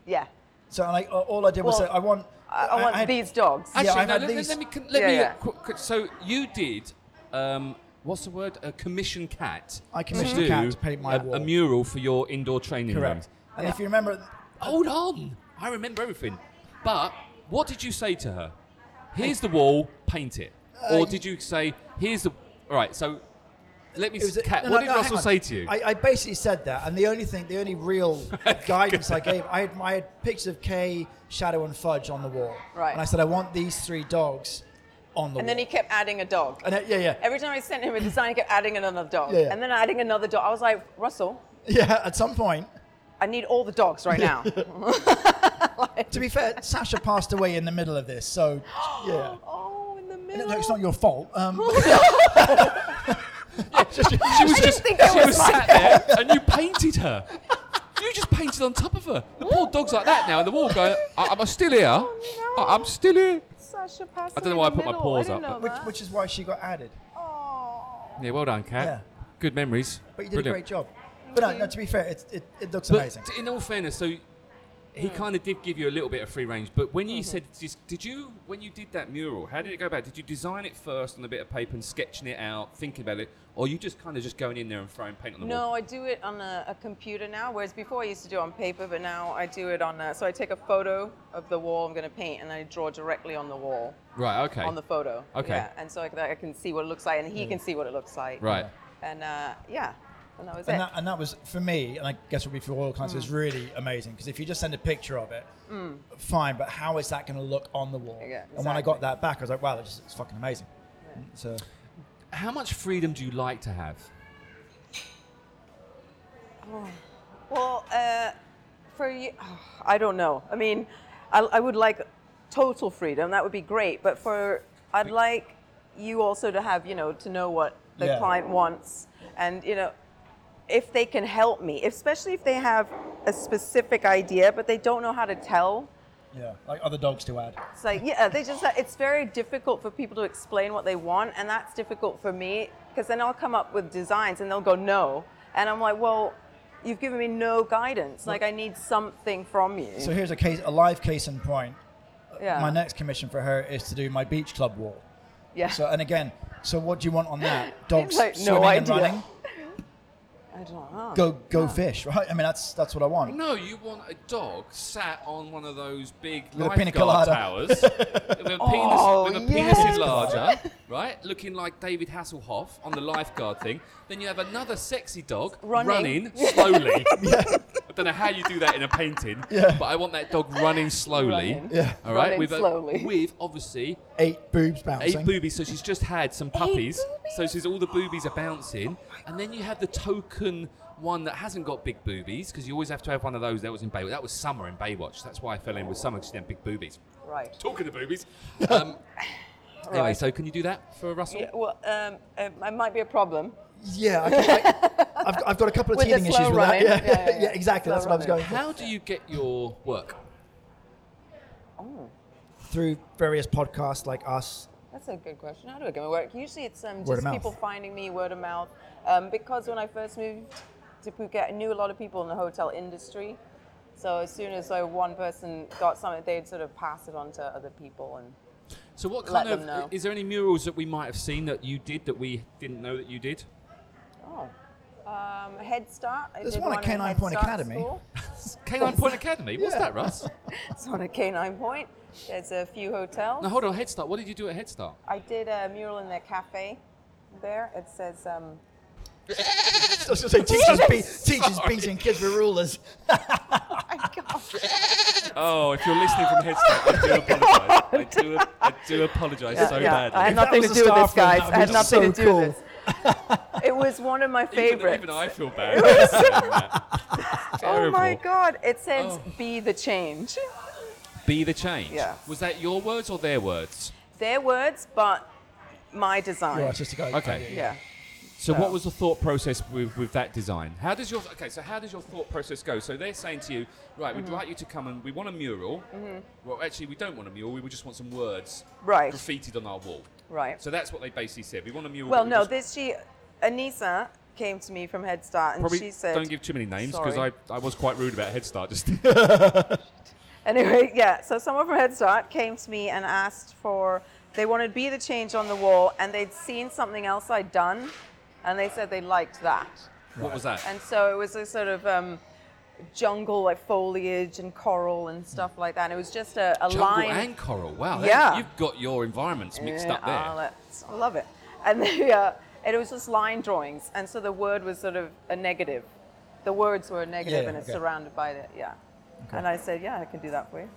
Yeah. So like, a- all I did was Well, say, I want. I, I want had- these dogs. I- Actually, Yeah, I've no, had let, let- these- let me con- let Yeah, me. uh, yeah. qu- qu- so you did. Um, what's the word? A commission cat. I commissioned to a cat do to paint my a, wall. a mural for your indoor training Correct. room. And if you remember, Hold on, I remember everything. But what did you say to her? Here's the wall, paint it. Uh, or did you say, "Here's the"? All right, so let me. It was a- cat. no, what no, did no, hang Russell on. say to you? Oh I, I basically said that, and the only thing, the only real guidance I gave, I had, I had pictures of Kay, Shadow, and Fudge on the wall, Right. And I said, I want these three dogs on the wall. And then he kept adding a dog. and it- yeah, yeah, Every time I sent him a design, he kept adding another dog. Yeah, yeah. And then adding another dog. I was like, Russell, yeah. At some point, I need all the dogs right now. to be fair, Sasha passed away in the middle of this, so yeah. oh, in the middle. No, it's not your fault. Um, She was didn't just think it she was was my sat there and you painted her. You just painted on top of her. The poor dog's like that now in the wall going, I- I'm still here. Oh, no. I- I'm still here. Such a pass I don't know in why the I put my middle. paws I didn't up, know which, that. which is why she got added. Oh. Yeah, well done, Kat. Yeah. Good memories. But you did Brilliant. a great job. But no, no, to be fair, it, it, it looks But amazing. t- in all fairness, so he kind of did give you a little bit of free range. But when Mm-hmm. you said, just, did you, when you did that mural, how did it go about? Did you design it first on a bit of paper and sketching it out, thinking about it? Or you just kind of just going in there and throwing paint on the wall? No, I do it on a, a computer now, whereas before I used to do it on paper, but now I do it on. A, so I take a photo of the wall I'm going to paint, and I draw directly on the wall Right, okay. on the photo. Okay. Hmm. Yeah, and so I, can- I can see what it looks like, and he can see what it looks like. Right. And uh, yeah, and that was it. And that, and that was for me, and I guess it would be for all clients, Mm. is really amazing because if you just send a picture of it, fine, but how is that going to look on the wall? Yeah, And when I exactly. got that back, I was like, wow, it's, it's fucking amazing. Mm, So How much freedom do you like to have? Well, uh, for you, I don't know. I mean, I, I would like total freedom. That would be great. But for, I'd like you also to have, you know, to know what the Yeah. client wants, and you know, if they can help me, especially if they have a specific idea, but they don't know how to tell. yeah, like other dogs to add. It's like, yeah, they just, it's very difficult for people to explain what they want. And that's difficult for me because then I'll come up with designs and they'll go, no. And I'm like, well, You've given me no guidance. Like I need something from you. So here's a case, a live case in point. yeah. My next commission for her is to do my beach club wall. yeah. So uh, and again, so what do you want on that? Dogs like, no swimming and idea. running. I don't know. Go go fish, right? I mean, that's that's what I want. No, you want a dog sat on one of those big a lifeguard pina colada. towers with a penis, Oh, with a penis yes. enlarger, right? Looking like David Hasselhoff on the lifeguard thing. Then you have another sexy dog Running. slowly. I don't know how you do that in a painting, Yeah. but I want that dog running slowly. Running. Yeah. All right, Running with a- slowly. with obviously Eight boobs eight bouncing. boobies. So she's just had some puppies. So she's all the boobies are Oh bouncing, and then you have the token one that hasn't got big boobies because you always have to have one of those. That was in Baywatch. That was Summer in Baywatch. That's why I fell in with Summer because she had big boobies. Right. Talking of boobies. Um, Anyway, Right. so can you do that for Russell? Yeah, well, um, it, it might be a problem. Yeah, I, I, I've, I've got a couple of With the teething slow issues with running. that. Yeah, Yeah, yeah, yeah. exactly. Slow that's what I was going running. for. How do you get your work? through various podcasts like us. That's a good question. How do I get my work? Usually it's um, Word of just mouth. people finding me word of mouth. Um, because when I first moved to Phuket, I knew a lot of people in the hotel industry. So as soon as like, one person got something, they'd sort of pass it on to other people. And So what Let kind them of know. is there any murals that we might have seen that you did that we didn't know that you did? oh, um, Head Start. I There's did one at in Canine Head Point Start Academy. School. Canine Point Academy. What's that, Russ? It's on a Canine Point. There's a few hotels. Now hold on, Head Start. What did you do at Head Start? I did a mural in their cafe. There it says. Um, I was going to say teachers, be- teachers Sorry. beating kids with rulers. I can't Oh, if you're listening from Head Start, I do apologise. I do, I do apologise so badly. I had If that nothing was to a do with this, staff room, guys. that I had would be nothing so to do cool. with this. It was one of my even, favorites. even I feel bad. saying that. oh my Terrible. god! It says Oh. "Be the change." Be the change. Yeah. Was that your words or their words? Their words, but my design. Your artistic idea. Okay. Yeah. So Yeah. what was the thought process with, with that design? How does your okay? So how does your thought process go? So they're saying to you, right? Mm-hmm. We'd like you to come and we want a mural. Well, actually, we don't want a mural. We would just want some words Right. graffitied on our wall. Right. So that's what they basically said. We want a mural. well, but we no. This just- she, Anisa, came to me from Head Start, and Probably she said, don't give too many names because I, Sorry. I was quite rude about Head Start. Just Anyway, yeah, so someone from Head Start came to me and asked for, they wanted Be the Change on the wall, and they'd seen something else I'd done, and they said they liked that. what was that? And so it was a sort of um, jungle, like foliage and coral and stuff like that. And it was just a, a Jungle line. and coral. Wow. that- Yeah. You've got your environments mixed Yeah, up there. I'll, uh, I love it. And the, uh, and it was just line drawings. And so the word was sort of a negative. The words were a negative Yeah, and it's okay. surrounded by it, yeah. And I said, yeah, I can do that for you.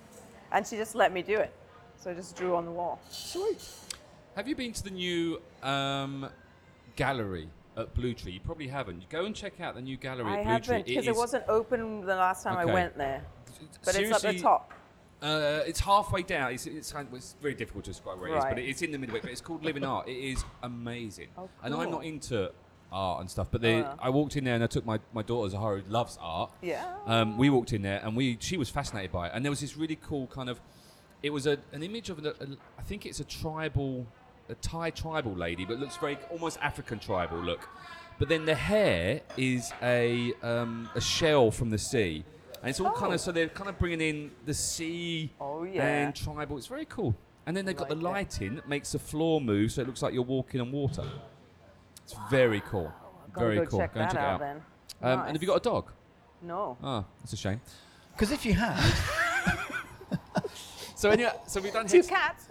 And she just let me do it. So I just drew on the wall. Sweet. Have you been to the new um, gallery at Blue Tree? You probably haven't. You go and check out the new gallery I at Blue haven't, Tree. because it, is- wasn't open the last time Okay. I went there. But it's at the seriously- top. Uh, it's halfway down. It's, it's, kind- it's very difficult to describe where it is, Right. but it's in the midway. But it's called Living Art. It is amazing. Oh, And I'm cool. not into art and stuff, but they, Uh. I walked in there and I took my, my daughter Zahara, who loves art. Yeah. Um, we walked in there and we she was fascinated by it. And there was this really cool kind of, it was a, an image of an, a, I think it's a tribal, a Thai tribal lady, but looks very almost African tribal look. But then the hair is a um, a shell from the sea. And it's all kind Oh. of so they're kind of bringing in the sea Oh, yeah. and tribal. It's very cool. And then they've got the Like lighting that makes the floor move, so it looks like you're walking on water. It's very cool. Gotta very go cool. check go and that check out it out. then. Um, And have you got a dog? No. Oh, that's a shame. Because if you had, So anyway, so we've done Two hits. cats.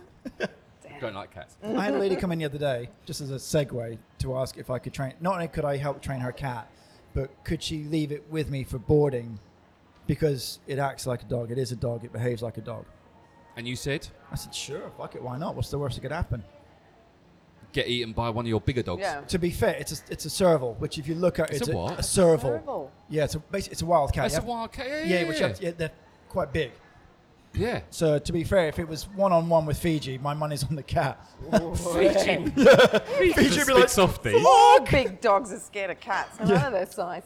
Don't like cats. I had a lady come in the other day, just as a segue, to ask if I could train. Not only could I help train her cat, but could she leave it with me for boarding? Because it acts like a dog. It is a dog. It behaves like a dog. And you said I said, sure, fuck it. Why not? What's the worst that could happen? get eaten by one of your bigger dogs. Yeah. To be fair, it's a, it's a serval, which if you look at It's it's, a what? A serval. Serval. Yeah, it's a, basically, it's a wild cat. That's You a have- wild cat. Yeah, Yeah, which yeah. have- yeah, they're quite big. yeah. So to be fair, if it was one on one with Fiji, my money's on the cat. Fiji. Fiji Just would speak be like, softly. Big dogs are scared of cats. No yeah. their size.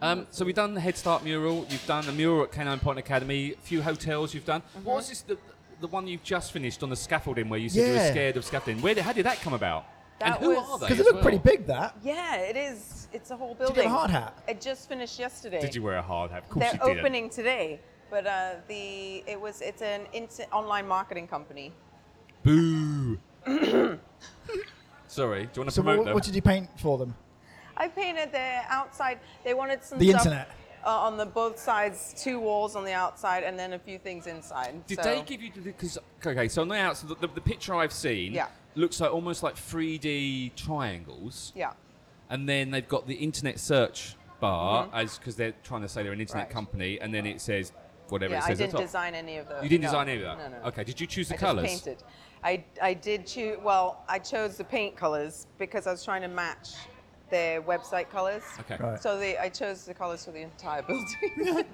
Um, so we've done the Head Start mural. You've done the mural at Canine Point Academy. A few hotels you've done. Mm-hmm. What was this? The, the one you've just finished on the scaffolding where you said you were Yeah. scared of scaffolding. Where did, how did that come about? and That who was- are they? because it as looked well? pretty big. That Yeah, it is. it's a whole you building. get a hard hat? It just finished yesterday. Did you wear a hard hat? Of course They're you did. opening today, but uh, the it was it's an instant online marketing company. Boo. Sorry. Do you want to So promote what, them? what did you paint for them? I painted the outside. They wanted some The stuff, internet. uh, on the both sides, two walls on the outside, and then a few things inside. so. Did they give you because okay? So on the outside, the, the, the picture I've seen Yeah. looks like almost like 3D triangles, Yeah. and then they've got the internet search bar as because they're trying to say they're an internet Mm-hmm. Right. company, and then it says whatever Yeah, it I says didn't at the top. design any of those. you didn't No, design any of that. No, no. Okay. Did you choose the I colours? Just painted. I, I did choose. Well, I chose the paint colors because I was trying to match their website colors. Okay. Right. So they, I chose the colors for the entire building.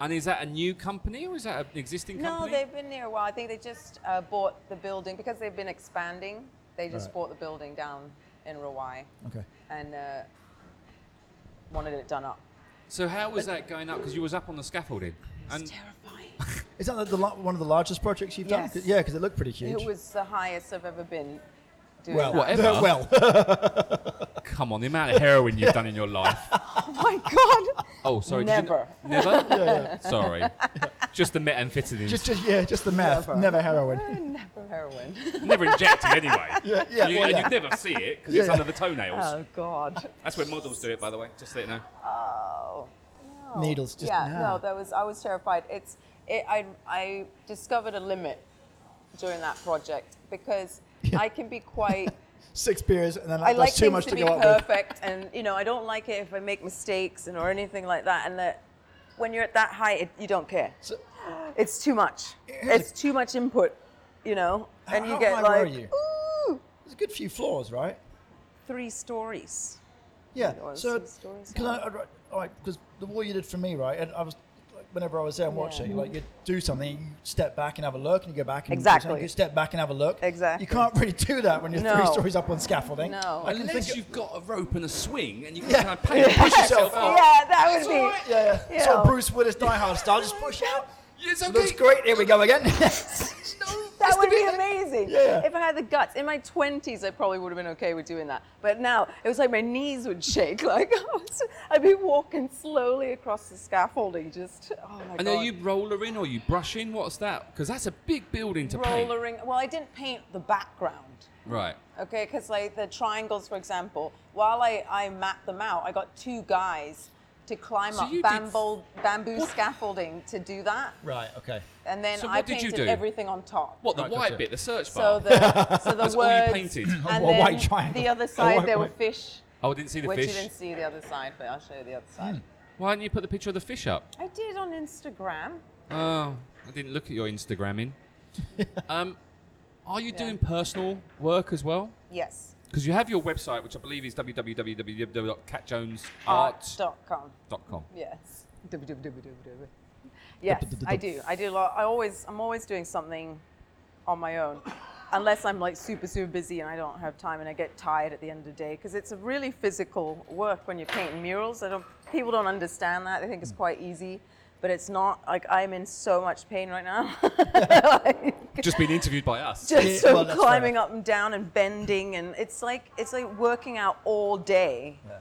And is that a new company or is that an existing no, company? they've been there a while. I think they just uh, bought the building because they've been expanding. They just Right. bought the building down in Rawai Okay. and uh, wanted it done up. So how was that going up? Because you was up on the scaffolding. And It's terrifying. Is that the, the, la- one of the largest projects you've done? Yes. 'Cause- Yeah, because it looked pretty huge. It was the highest I've ever been. Doing well, that. Whatever. well, come on, the amount of heroin you've done in your life. Oh my God. Oh, sorry. Never. Did you, never. Sorry. Just the methamphetamine. just, just yeah, just the meth, never, Never. heroin. Never heroin. never injected anyway. Yeah, yeah, you, well, and yeah. you'd never see it because it's Yeah. under the toenails. Oh God. That's where models do it, by the way. Just so you know. Oh. no. Needles, just yeah. nah. No, that was I was terrified. It's it, I I discovered a limit during that project because I can be quite. Six beers, and then I that's like too things much to, to be go up with. perfect, and you know I don't like it if I make mistakes and or anything like that. And that when you're at that height, it, you don't care. So- it's too much. Here's It's too much input, you know. And How you get high like were you? ooh, There's a good few floors, right? three stories. Yeah. Or So, some stories because high. I, because the wall you did for me, right? And I was like, whenever I was there and watching, Yeah. like you do something, you step back and have a look, and you go back and do Exactly. something, you step back and have a look. Exactly. You can't really do that when you're three No. stories up on scaffolding. No. I didn't think Unless it- you've got a rope and a swing and you can Yeah. kind of pay and push yourself Oh. out. yeah, that would be. Yeah, yeah. Yeah. Sort of Bruce Willis Die Hard style. Just push out. It's okay. Looks great. Here we go again. That would be amazing. Yeah. If I had the guts. In my 20s, I probably would have been okay with doing that. But now, it was like my knees would shake. Like, I was- I'd be walking slowly across the scaffolding, just, oh my And God. are you rollering or you brushing? What's that? Because that's a big building to paint. rollering? Well, I didn't paint the background. Right. Okay, because like the triangles, for example, while I, I mapped them out, I got two guys to climb So up you did- bamboo, bamboo scaffolding to do that. right. Okay. And then So I what did you painted do? everything on top. What the Right, white gotcha. bit? The search So bar. the so the That's all you words painted. and A then white triangle. the other A side white there one. were fish, oh, I didn't see the which fish. you didn't see the other side, but I'll show you the other side. Why didn't you put the picture of the fish up? Hmm. I did on Instagram. Oh, I didn't look at your Instagramming. um, are you doing personal work as well? Yes. Because you have your website, which I believe is www.catjonesart.com. Art.com. Yes. www. Yes, dub, dub, I dub. do. I do a lot. I always I'm always doing something on my own. Unless I'm like super super busy and I don't have time and I get tired at the end of the day because it's a really physical work when you're painting murals. I don't people don't understand that. They think it's quite easy, but it's not. Like I'm in so much pain right now. Like, Just been interviewed by us. Yeah, just so well, that's fair climbing up and down and bending and it's like it's like working out all day Yeah.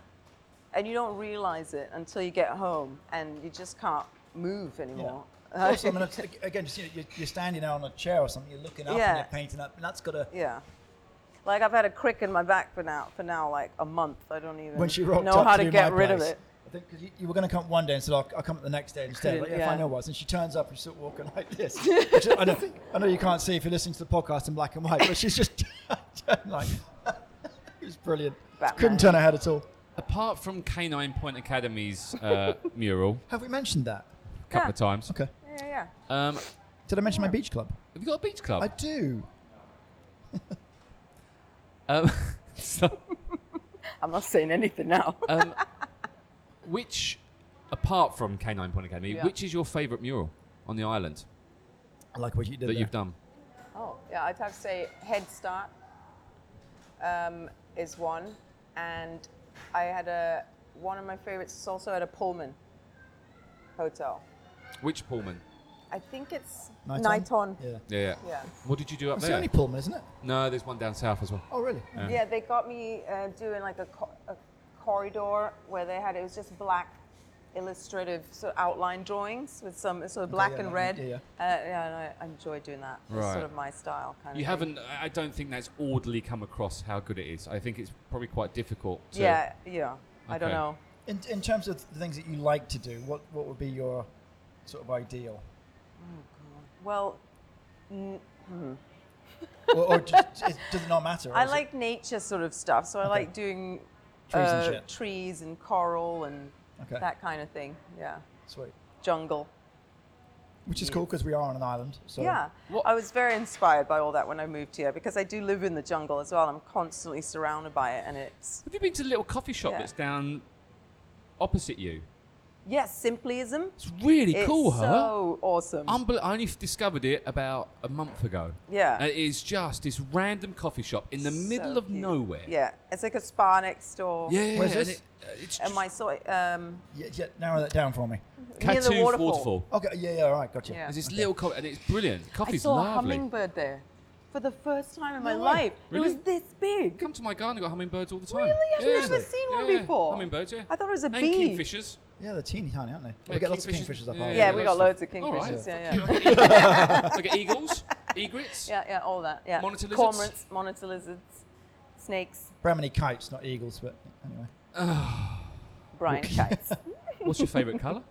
and you don't realize it until you get home and you just can't move anymore. Also, I mean, it's- again, just, you know, you're, you're standing there on a chair or something. You're looking up Yeah. and you're painting up, and that's got to. yeah. Like I've had a crick in my back for now for now like a month. I don't even When she rocked know up how to, to do get my rid of place, it. I think 'cause you, you were going to come one day and said, I'll, I'll come the next day instead. Like, yeah, Couldn't, fine, yeah. no worries. And she turns up and she's sort of walking like this. Which I, know, I know you can't see if you're listening to the podcast in black and white, but she's just turned like. it was brilliant. Batman. Couldn't turn her head at all. Apart from K9 Point Academy's uh, mural, Have we mentioned that? a couple of times, Okay. Yeah, yeah, yeah. um, Did I mention my beach club? have you got a beach club? I do. um, so, I'm not saying anything now. um, which, apart from K9 Point Academy, Yeah. which is your favourite mural on the island I like what you did. that there. you've done? oh, yeah, I'd have to say Head Start um, is one and I had a one of my favorites is also at a Pullman hotel. Which Pullman? I think it's Night, Nighton. Yeah. Yeah. Yeah. What did you do up It's the there? only Pullman, isn't it? no, there's one down south as well. Oh, really? Yeah, they got me uh, doing like a, co- a corridor where they had it was just black illustrative sort of outline drawings with some sort of black yeah, and that- red. yeah, yeah. Uh, yeah, and I- I enjoy doing that. That's Right. sort of my style kind You of. thing. haven't. I- I don't think that's orderly come across how good it is. I think it's probably quite difficult. To, Yeah, yeah. I don't Okay. know. In, in terms of the things that you like to do, what, what would be your sort of ideal? Well, or or just, it, does it not matter? or I is it- like nature sort of stuff, so I like doing Trees and uh, shit. trees and coral and Okay. that kind of thing. Yeah, Sweet. jungle. Which is cool because we are on an island. So yeah, What- I was very inspired by all that when I moved here because I do live in the jungle as well. I'm constantly surrounded by it, and it's Have you been to the little coffee shop Yeah. that's down opposite you? yes, simplyism. It's really It's cool, huh? so awesome. Unbel- I only f- discovered it about a month ago. Yeah. And it is just this random coffee shop in the So middle of cute. nowhere. Yeah, it's like a spa next door. Yeah. yeah, Where's and this? it- uh, it's and my soy, um, Yeah, yeah, narrow that down for me. near the Catoo's waterfall. Okay, yeah, yeah, all right, gotcha. Yeah. There's this little coffee, and it's brilliant. I Coffee's saw a lovely. hummingbird there for the first time in my No way. life. Really? It was this big. Come to my garden, I've got hummingbirds all the time. Really? I've never seen one Yeah, yeah. before. Hummingbirds, yeah. I thought it was a and bee. kingfishers. Yeah, they're teeny tiny, aren't they? Yeah, we get lots of kingfishers. kingfishers up Yeah, our Yeah, yeah, we that's got loads the- of All right. kingfishers. Yeah, yeah. I get eagles, egrets. yeah, yeah, all that. Yeah. Monitor lizards? Cormorants, monitor lizards, snakes, Brahmini kites, not eagles, but anyway. Oh, Brian kites. What's your favourite colour?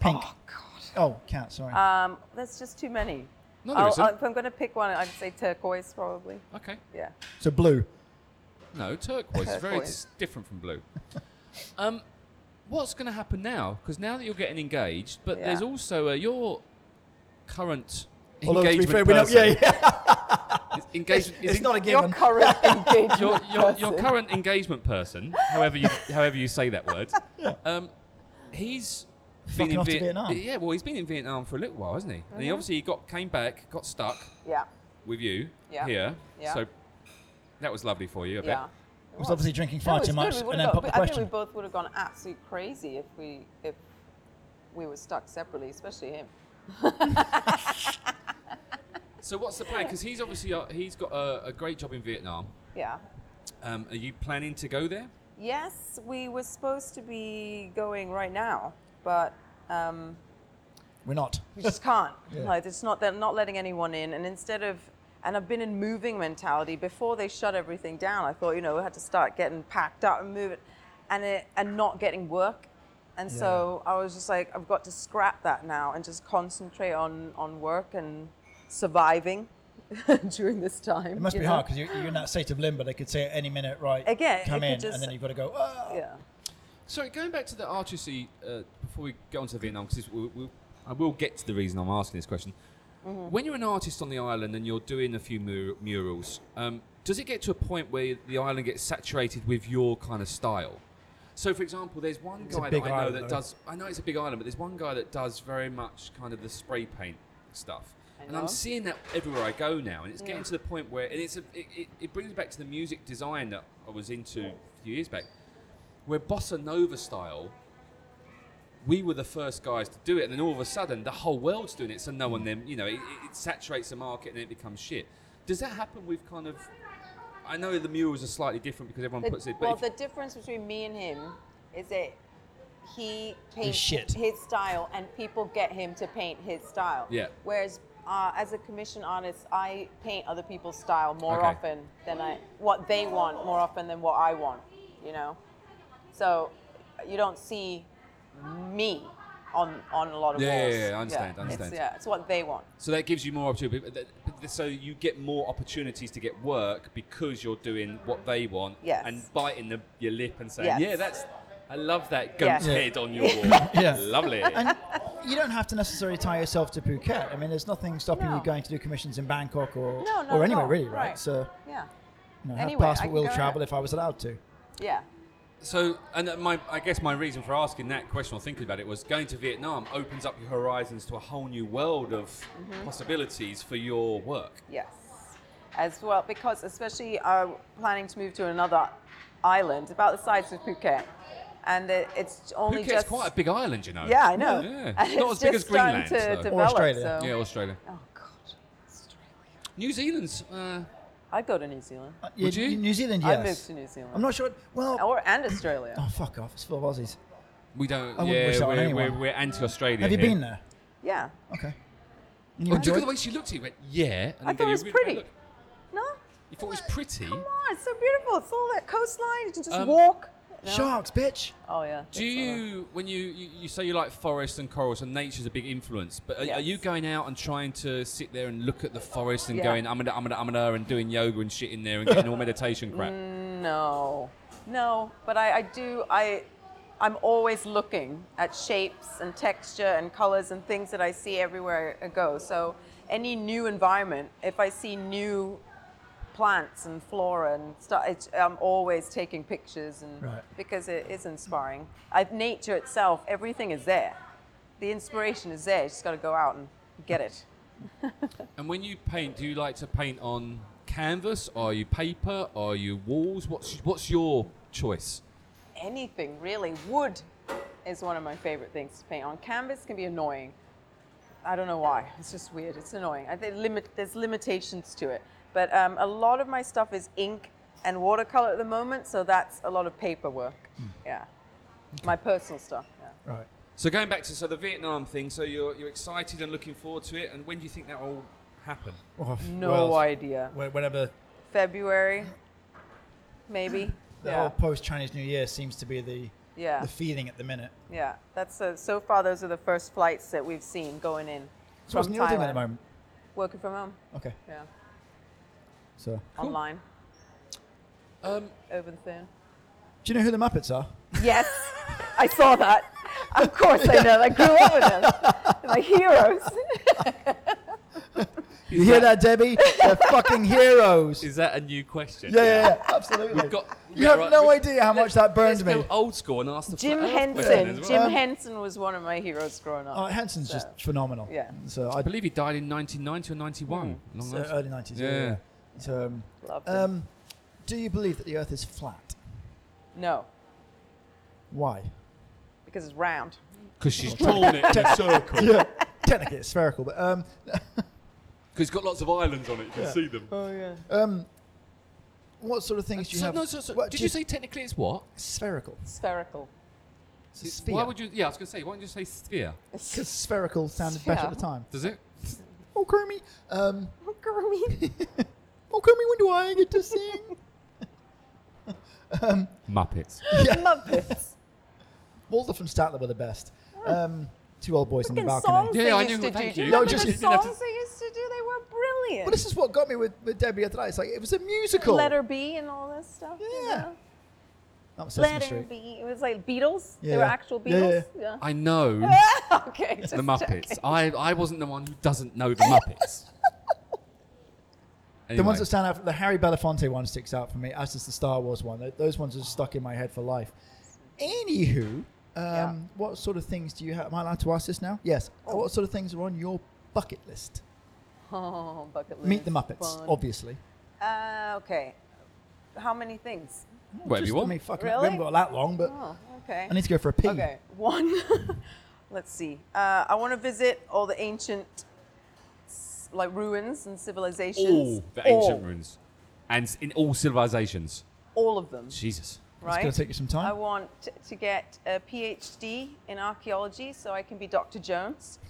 Pink. Oh, God. Oh, cat, sorry. Um, there's just too many. No, there I'll- isn't. I'll- if I'm going to pick one, I'd say turquoise probably. Okay. Yeah. so blue. No, turquoise is very Turquoise. dis- different from blue. Um, what's going to happen now? Because now that you're getting engaged, but Yeah. there's also uh, your current Although, to be engagement fair, we know, person- yeah, yeah. is- engagement is It's en- not a Your given. current engagement. your, your, your person. current engagement person, however you however you say that word, um, he's Fucking off to Viet- Vietnam. Yeah, well, he's been in Vietnam for a little while, hasn't he? And Mm-hmm. he obviously got came back, got stuck Yeah. with you Yeah. here. Yeah. So that was lovely for you. I bet. Yeah. I was obviously drinking far No, too it's good. much We and would've then got- popped the I think we question. both would have gone absolutely crazy if we if we were stuck separately, especially him. So what's the plan? Because he's obviously uh, he's got a, a great job in Vietnam. Yeah. Um, are you planning to go there? Yes, we were supposed to be going right now, but um, We're not. we just can't. Yeah. Like it's not they're not letting anyone in, and instead of and I've been in moving mentality before they shut everything down. I thought you know we had to start getting packed up and move it, and it, and not getting work, and so I was just like I've got to scrap that now and just concentrate on on work and surviving during this time. It must you be know? hard because you're, you're in that state of limbo. They could say at any minute, right, Again, it come could in, just- and then you've got to go, oh. Yeah. Sorry, going back to the RTC uh, before we go on to Vietnam, because we, we, I will get to the reason I'm asking this question. Mm-hmm. When you're an artist on the island and you're doing a few mur- murals, um, does it get to a point where the island gets saturated with your kind of style? So, for example, there's one a guy that big I know island, that though. does. I know it's a big island, but there's one guy that does very much kind of the spray paint stuff. And I'm know. seeing that everywhere I go now, and it's getting to the point where, and it's a, it, it, it brings back to the music design that I was into a few years back where bossa nova style we were the first guys to do it and then all of a sudden the whole world's doing it so no one then you know it, it- it saturates the market and it becomes shit does that happen with kind of i know the murals are slightly different because everyone The- puts it but well, if- the difference between me and him is that he paints shit. his style, and people get him to paint his style. Yeah. Whereas, uh, as a commission artist, I paint other people's style more Okay. often than I what they want more often than what I want. You know, so you don't see me on on a lot of Yeah, yeah, walls. yeah, I understand, I it's- understand. yeah, it's what they want. so that gives you more opportunity but that- but so you get more opportunities to get work because you're doing what they want Yes. and biting the, your lip and saying Yes. yeah that's i love that goat's Yeah. head on your wall Yeah. lovely And you don't have to necessarily tie yourself to Phuket. I mean, there's nothing stopping No. you going to do commissions in Bangkok or, No, no, or anywhere, no, really, right? right. So, Yeah. you know, have Anywhere, I passport, can will go travel anywhere. if I was allowed to. Yeah. So, and uh, my, I guess my reason for asking that question or thinking about it was going to Vietnam opens up your horizons to a whole new world of Mm-hmm. possibilities for your work. Yes, as well, because especially uh, planning to move to another island about the size of Phuket, and it, it's only Phuket's just quite a big island, you know. yeah, I know. Yeah, And it's not it's as big as just starting Greenland. to though. develop, Australia. so- Yeah, Australia. Oh God, Australia. New Zealand's uh, I'd go to New Zealand. Uh, Would you? New Zealand, I moved yes. to New Zealand. I'm not sure. Well, or and Australia. oh fuck off! It's full of Aussies. We don't. I wouldn't wish yeah, that on we're, we're, anyone. we're anti-Australia. Have you here. been there? Yeah. Okay. And you Oh, do enjoyed- you look at the way she looked at you. Went, yeah. And I you thought go, it was "You pretty. look- No. You thought it was pretty. Come on, it's so beautiful. It's all that coastline. You can just Um, walk. No? Sharks, bitch. Oh yeah. Do That's all right. you, when you, you, you say you like forests and corals and nature's a big influence, but are, are you Yes. going out and trying to sit there and look at the forest and Yeah. going, I'm gonna, I'm gonna, I'm gonna, and doing yoga and shit in there and getting all meditation crap? Mm. No, no, but I, I do. I, I'm always looking at shapes and texture and colors and things that I see everywhere I go. So any new environment, if I see new plants and flora and stuff, it's, I'm always taking pictures and Right. because it is inspiring. I, nature itself, everything is there. The inspiration is there. You just got to go out and get it. And when you paint, do you like to paint on canvas? Are you paper? Are you walls? What's what's your choice? anything really. Wood is one of my favorite things to paint on. Canvas can be annoying. I don't know why. It's just weird. It's annoying. I think limit, there's limitations to it. But um, a lot of my stuff is ink and watercolor at the moment, so that's a lot of paperwork. Hmm. Yeah, my personal stuff. Yeah. Right. So going back to so the Vietnam thing, so you're you're excited and looking forward to it. And when do you think that will happen? Oh, No well, idea. wh- Whenever February, maybe. the Yeah, whole post Chinese New Year seems to be the yeah, the feeling at the minute. yeah. That's uh, so far. Those are the first flights that we've seen going in So what's from Neil doing at the Thailand. moment? Working from home. Okay. Yeah, So online. Um, Open soon. do you know who the Muppets are? Yes, I saw that. Of course I know. I grew up with them. They're My heroes. You hear that, Debbie? They're fucking heroes. Yeah, is that a new question? yeah, yeah, absolutely. We've got- you have right, no we- idea how much that Let's burned me. go old school and ask the Jim flat Earth question Henson. as well. Jim Um, Henson was one of my heroes growing up. Oh, Hanson's just phenomenal. yeah. So I I believe he died in 1990 or 91. Long Hmm. so uh, life. early nineties. Yeah. Yeah. yeah. So, um, Loved him. um, do you believe that the Earth is flat? no, Why? because it's round. Because she's drawn it in a circle. yeah. Technically, it's spherical, but um, Because it's got lots of islands on it. You can see them. Oh yeah. um, what sort of things do you So- have? no, so- so- what did do you say technically it's what? spherical? Spherical. It's a sphere. Why would you? Yeah, I was going to say. Why don't you say sphere? Because spherical sounded better at the time. Does it? Oh, Kermie. Um, Oh, Kermit. oh, Kermie, when do I get to sing? Muppets. Muppets. Walter from Statler were the best. Oh. Um, two old boys on the Fucking balcony. songs Yeah, they I used knew- to thank do. you. Do you No, remember just- the you didn't have songs to- they used to do? They were Well, brilliant. this is what got me with, with Debbie at the night. It's like it was a musical. Letter B and all this stuff. you Yeah. know? That was Sesame Letter Street. B. It was like Beatles. Yeah, they were yeah. actual Yeah, yeah, Beatles. Yeah. I know okay. Just the Muppets. I, I wasn't the one who doesn't know the Muppets. The ones Anyway. that stand out, the Harry Belafonte one sticks out for me, as does the Star Wars one. Th- Those ones are stuck in my head for life. Anywho, um, Yeah. what sort of things do you have? Am I allowed to ask this now? Yes. What sort of things are on your bucket list? Oh, bucket list. Meet the Muppets, Fun. obviously. Uh, okay. How many things? Whatever you Just- want. I mean, fuck, Really? we haven't got that long, but Oh, okay. I need to go for a pee. okay, one. Let's see. Uh, I want to visit all the ancient, s- like ruins and civilizations. all the ancient Oh. all, ruins, and s- in all civilizations. All of them. Jesus. It's Right. going to take you some I time. want t- to get a PhD in archaeology so I can be Dr. Jones.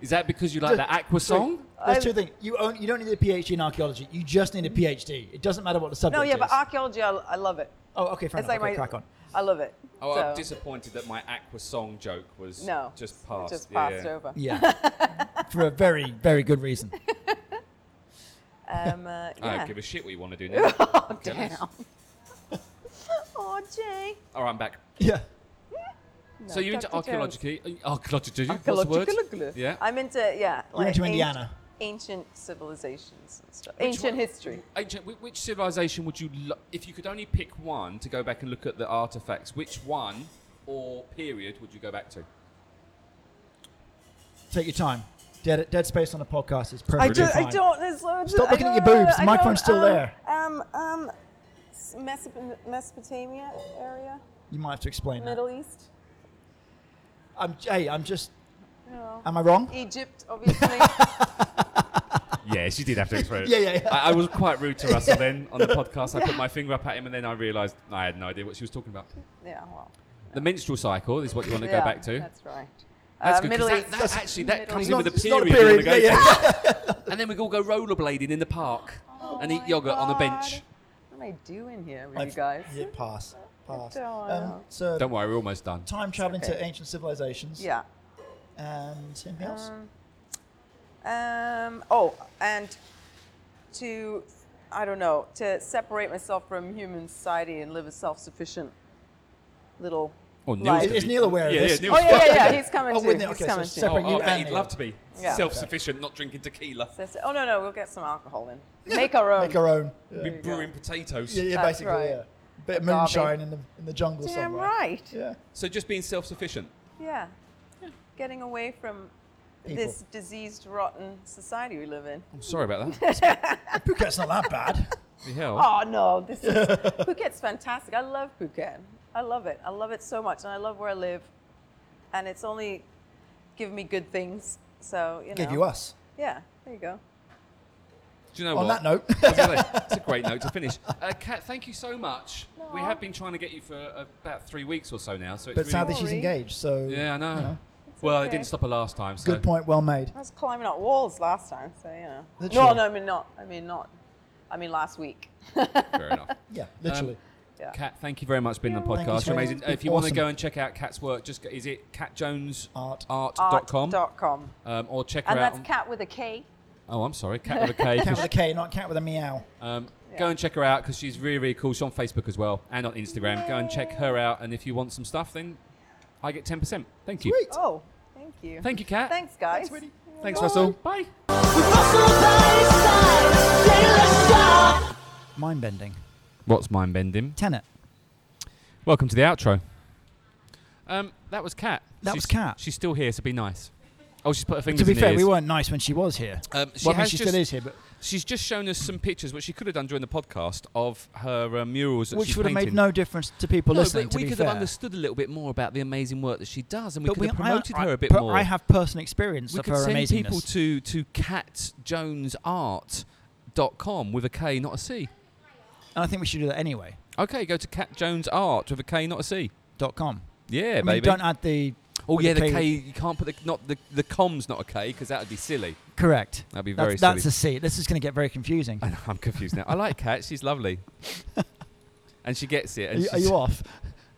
Is that because you like that Aqua song? There's I- two things. You, own, you don't need a PhD in archaeology. You just need a PhD. It doesn't matter what the subject No, yeah, is. but archaeology, I, I love it. oh, okay, fair It's enough. like okay, my. crack on. I love it. Oh, so, I'm disappointed that my Aqua song joke was no, just it passed. Just Yeah, passed yeah. over. Yeah, for a very, very good reason. Um, uh, I yeah. don't give a shit what you want to do now. oh, Damn. oh, Jay. All right, I'm back. Yeah. No, so you're into Dr. Jones. archaeology? uh, Archaeology? What's the word? Yeah. I'm into yeah. You're into Indiana. Ancient civilizations and stuff. Which ancient one- history. Ancient, whi- which civilization would you, lo- if you could only pick one to go back and look at the artifacts, which one or period would you go back to? Take your time. Dead, dead space on a podcast is perfectly I don't. fine. I don't. There's loads. Stop I looking at don't your know, boobs, the I microphone's don't, still there. Um, um, um, s- Mesop- Mesopotamia area, You might have to explain that. Middle East. I'm, hey, I'm just No. well. Am I wrong? Egypt, obviously. Yeah, she did have to explain. it. Yeah, yeah, yeah. I, I was quite rude to Russell then on the podcast. I put my finger up at him, and then I realised I had no idea what she was talking about. yeah, well. The menstrual cycle is what you want to yeah, go back to. That's right. That's uh, good. 'cause Middle that- East. that actually, that Middle comes East. in with a It's not a period. you wanna period, go yeah, Oh to. and then we all go rollerblading in the park and eat my yogurt on the bench. God. What am I doing here with you I've- guys? Yeah, pass. Pass. don't Um, know. so, Don't worry, we're almost done. time traveling okay. to ancient civilizations. Yeah. And anything else? Um, oh, and to, I don't know, to separate myself from human society and live a self sufficient little. Oh, Neil's life. Is, is Neil aware of Yeah, this? yeah, Neil's Oh, yeah, yeah, yeah. Okay. He's coming Oh, too. with Neil, He's okay, so coming separate too. Oh, you oh, and he'd Neil. love to be Yeah. self-sufficient, not drinking tequila, So I said, oh, no, no, we'll get some alcohol in. Make our own. Make our own. Yeah, be brewing potatoes. yeah, yeah, That's basically, right. yeah. Bit of Derby. moonshine in the, in the jungle Damn somewhere. right. Yeah. So just being self-sufficient. Yeah. Getting away from People. this diseased, rotten society we live in. I'm sorry about that. Phuket's not that bad. Bloody hell. Oh no, this is Phuket's fantastic. I love Phuket. I love it. I love it so much, and I love where I live. And it's only given me good things. So you know. Gave you us. Yeah. There you go. Do you know On what? that note, I was gonna say, It's a great note to finish. Uh, Kat, thank you so much. We have been trying to get you for uh, about three weeks or so now. So it's but really- sadly she's Sorry. engaged, so yeah, I know. well, it okay. didn't stop her last time. So. good point, well made. I was climbing up walls last time, so you know. No, Literally. no, I mean not. I mean not. I mean last week. Fair enough. Yeah, literally. Um, Yeah. Kat, thank you very much for being on the You're welcome. podcast. You're Thank you so amazing. much. Uh, if you Awesome. want to go and check out Kat's work, just go- is it Art. catjones.art.com Dot com. um, or check her And out. that's on- cat with a K. oh, I'm sorry, Cat with a K. Cat with a K, not cat with a meow. Um, Go and check her out because she's really, really cool. She's on Facebook as well and on Instagram. Go and check her out. And if you want some stuff, then I get 10%. Thank you. Sweet. Oh, thank you. Thank you, Kat. Thanks, guys. Thanks, Russell. Bye. Mind bending. What's mind bending? Tenet. Welcome to the outro. Um, that was Kat. That she's, was Kat. She's still here, so be nice. Oh, she's put her fingers To be in fair, ears. we weren't nice when she was here. Um, she well, I mean, has she just- still is here, but She's just shown us some pictures, which she could have done during the podcast, of her uh, murals that which she's would have made painting. no difference to people No, listening. but to we be could fair. have understood a little bit more about the amazing work that she does, and we But could have I- promoted I- her a bit per- more. I have personal experience we of could her send amazingness. people to to catjonesart.com with a K, not a C. and I think we should do that anyway. Okay, go to catjonesart with a K, not a C. Dot com. Yeah, I mean, baby. don't add the. oh with yeah, the K. K. You can't put the not the the com's not a K because that would be silly. Correct. That'd be very That's, that's silly. a C. This is going to get very confusing. I know, I'm confused now. I like Kat. She's lovely, and she gets it. Are And you, are she's- you off?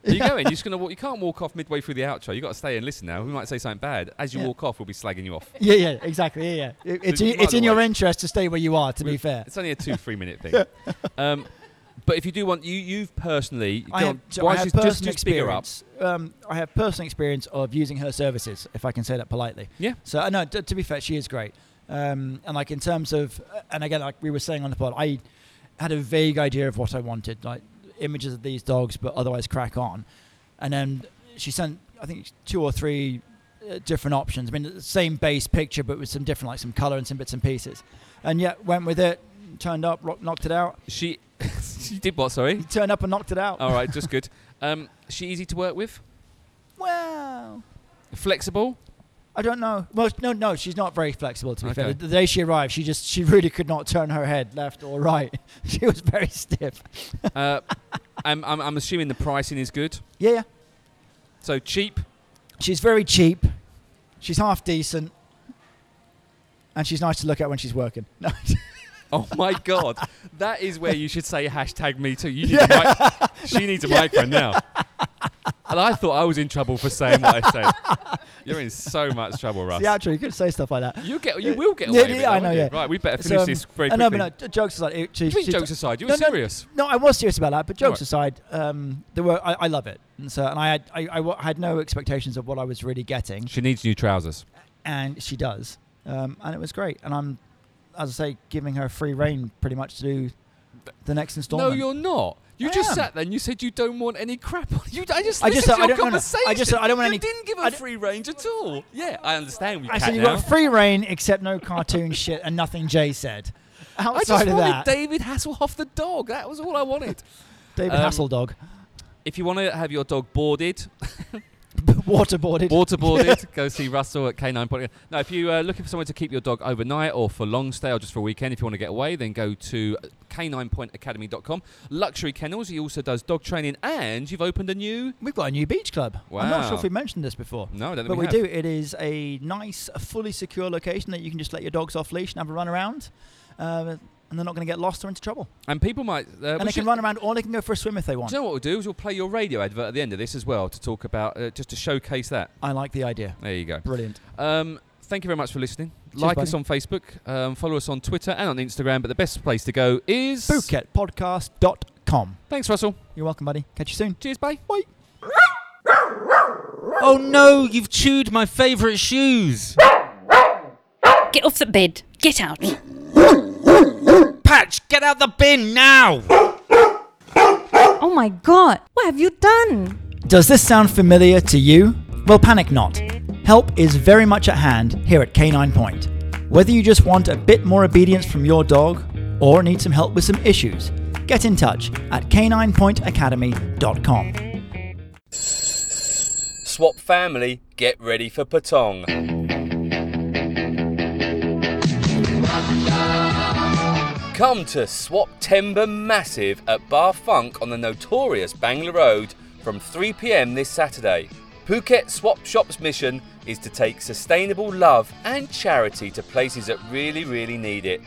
Are you going? You're just gonna walk. You can't walk off midway through the outro. You got to stay and listen now. We might say something bad as you Yeah. walk off. We'll be slagging you off. Yeah, yeah, exactly. Yeah, yeah. It- it's you i- might it's in your away. interest to stay where you are. To be We've- fair, It's only a two, three minute thing. um, but if you do want, you you've personally. I go have, on, so why I have she's personal just, just bigger up. experience. Um, I have personal experience of using her services, if I can say that politely. Yeah. So I know. t- to be fair, she is great. Um, and like in terms of, uh, and again, like we were saying on the pod, I had a vague idea of what I wanted, like images of these dogs, but otherwise crack on. And then she sent, I think, two or three uh, different options. I mean, the same base picture, but with some different, like some color and some bits and pieces. And yet went with it, turned up, rock, knocked it out. She she did what? Sorry. Turned up and knocked it out. All right, just good. Um, she easy to work with, Wow. flexible. I don't know. Well, no, no, she's not very flexible. To be fair, Okay. the, the day she arrived, she just she really could not turn her head left or right. she was very stiff. Uh, I'm, I'm I'm assuming the pricing is good. Yeah, yeah. So cheap. She's very cheap. She's half decent, and she's nice to look at when she's working. No, Oh my god, that is where you should say hashtag me too. You need a mic- she needs a microphone now. And I thought I was in trouble for saying what I said. You're in so much trouble, Russ. the actual you could say stuff like that. You get, you will get away Yeah, with it. yeah, I though, know, won't you? yeah. Right, we better So, finish um, this very uh, quickly. no, but no, j- jokes aside, it, she, You mean she- jokes aside? You no, were no, serious. No, I was serious about that. But jokes Right. aside, um, there were I, I love it, and so and I had I, I wa- had no expectations of what I was really getting. She needs new trousers. and she does, um, and it was great. And I'm, as I say, giving her free reign pretty much to do the next No, installment. you're not. You I just am. sat there and you said you don't want any crap. On you, I just I listened just to said I your don't- no, no, I conversation. just said I don't want you any- didn't give I her d- free range at all. Yeah, I understand. We I cat said you now. got free reign except no cartoon shit and nothing Jay said. I just Outside of wanted that, David Hasselhoff the dog. That was all I wanted. David um, Hasseldog. if you want to have your dog boarded, Waterboarded. Waterboarded. go see Russell at K9. Point. Now, if you're uh, looking for somewhere to keep your dog overnight or for long stay or just for a weekend, if you want to get away, then go to uh, k9pointacademy.com. Luxury Kennels, he also does dog training, and you've opened a new. We've got a new beach club. I'm not sure Wow. if we mentioned this before. No, I don't think But we we have. do. It is a nice, fully secure location that you can just let your dogs off leash and have a run around, uh, and they're not going to get lost or into trouble. And people might. Uh, and they we should- can run around, or they can go for a swim if they want. Do you know what we'll do? Is we'll play your radio advert at the end of this as well to talk about, uh, just to showcase that. I like the idea. There you go. Brilliant. Um, thank you very much for listening. like us buddy. on Facebook, um, follow us on Twitter and on Instagram. But the best place to go is BootcatPodcast.com. Thanks, Russell. You're welcome, buddy. Catch you soon. Cheers, bye. Bye. Oh no, you've chewed my favourite shoes. Get off the bed. Get out. Patch, get out the bin now. Oh my god, what have you done? Does this sound familiar to you? Well, panic not. Help is very much at hand here at Canine Point. Whether you just want a bit more obedience from your dog or need some help with some issues, get in touch at caninepointacademy.com. Swap family, get ready for Patong. Come to Swap Timber Massive at Bar Funk on the notorious Bangla Road from 3 pm this Saturday. Phuket Swap Shop's mission is to take sustainable love and charity to places that really, really need it.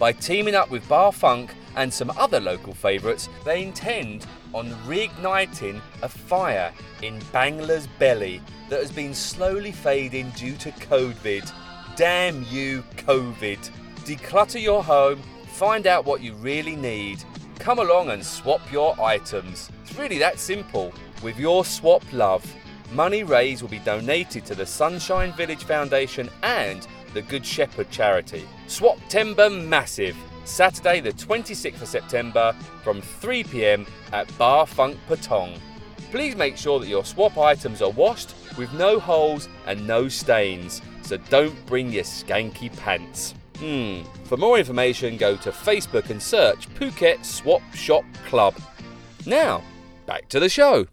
By teaming up with Bar Funk and some other local favourites, they intend on reigniting a fire in Bangla's belly that has been slowly fading due to COVID. Damn you, COVID. Declutter your home, find out what you really need. Come along and swap your items. It's really that simple. With your swap love, money raised will be donated to the Sunshine Village Foundation and the Good Shepherd charity. Swap Timber Massive, Saturday the 26th of September from 3 pm at Bar Funk Patong. Please make sure that your swap items are washed with no holes and no stains, so don't bring your skanky pants. Hmm. For more information, go to Facebook and search Phuket Swap Shop Club. Now, back to the show.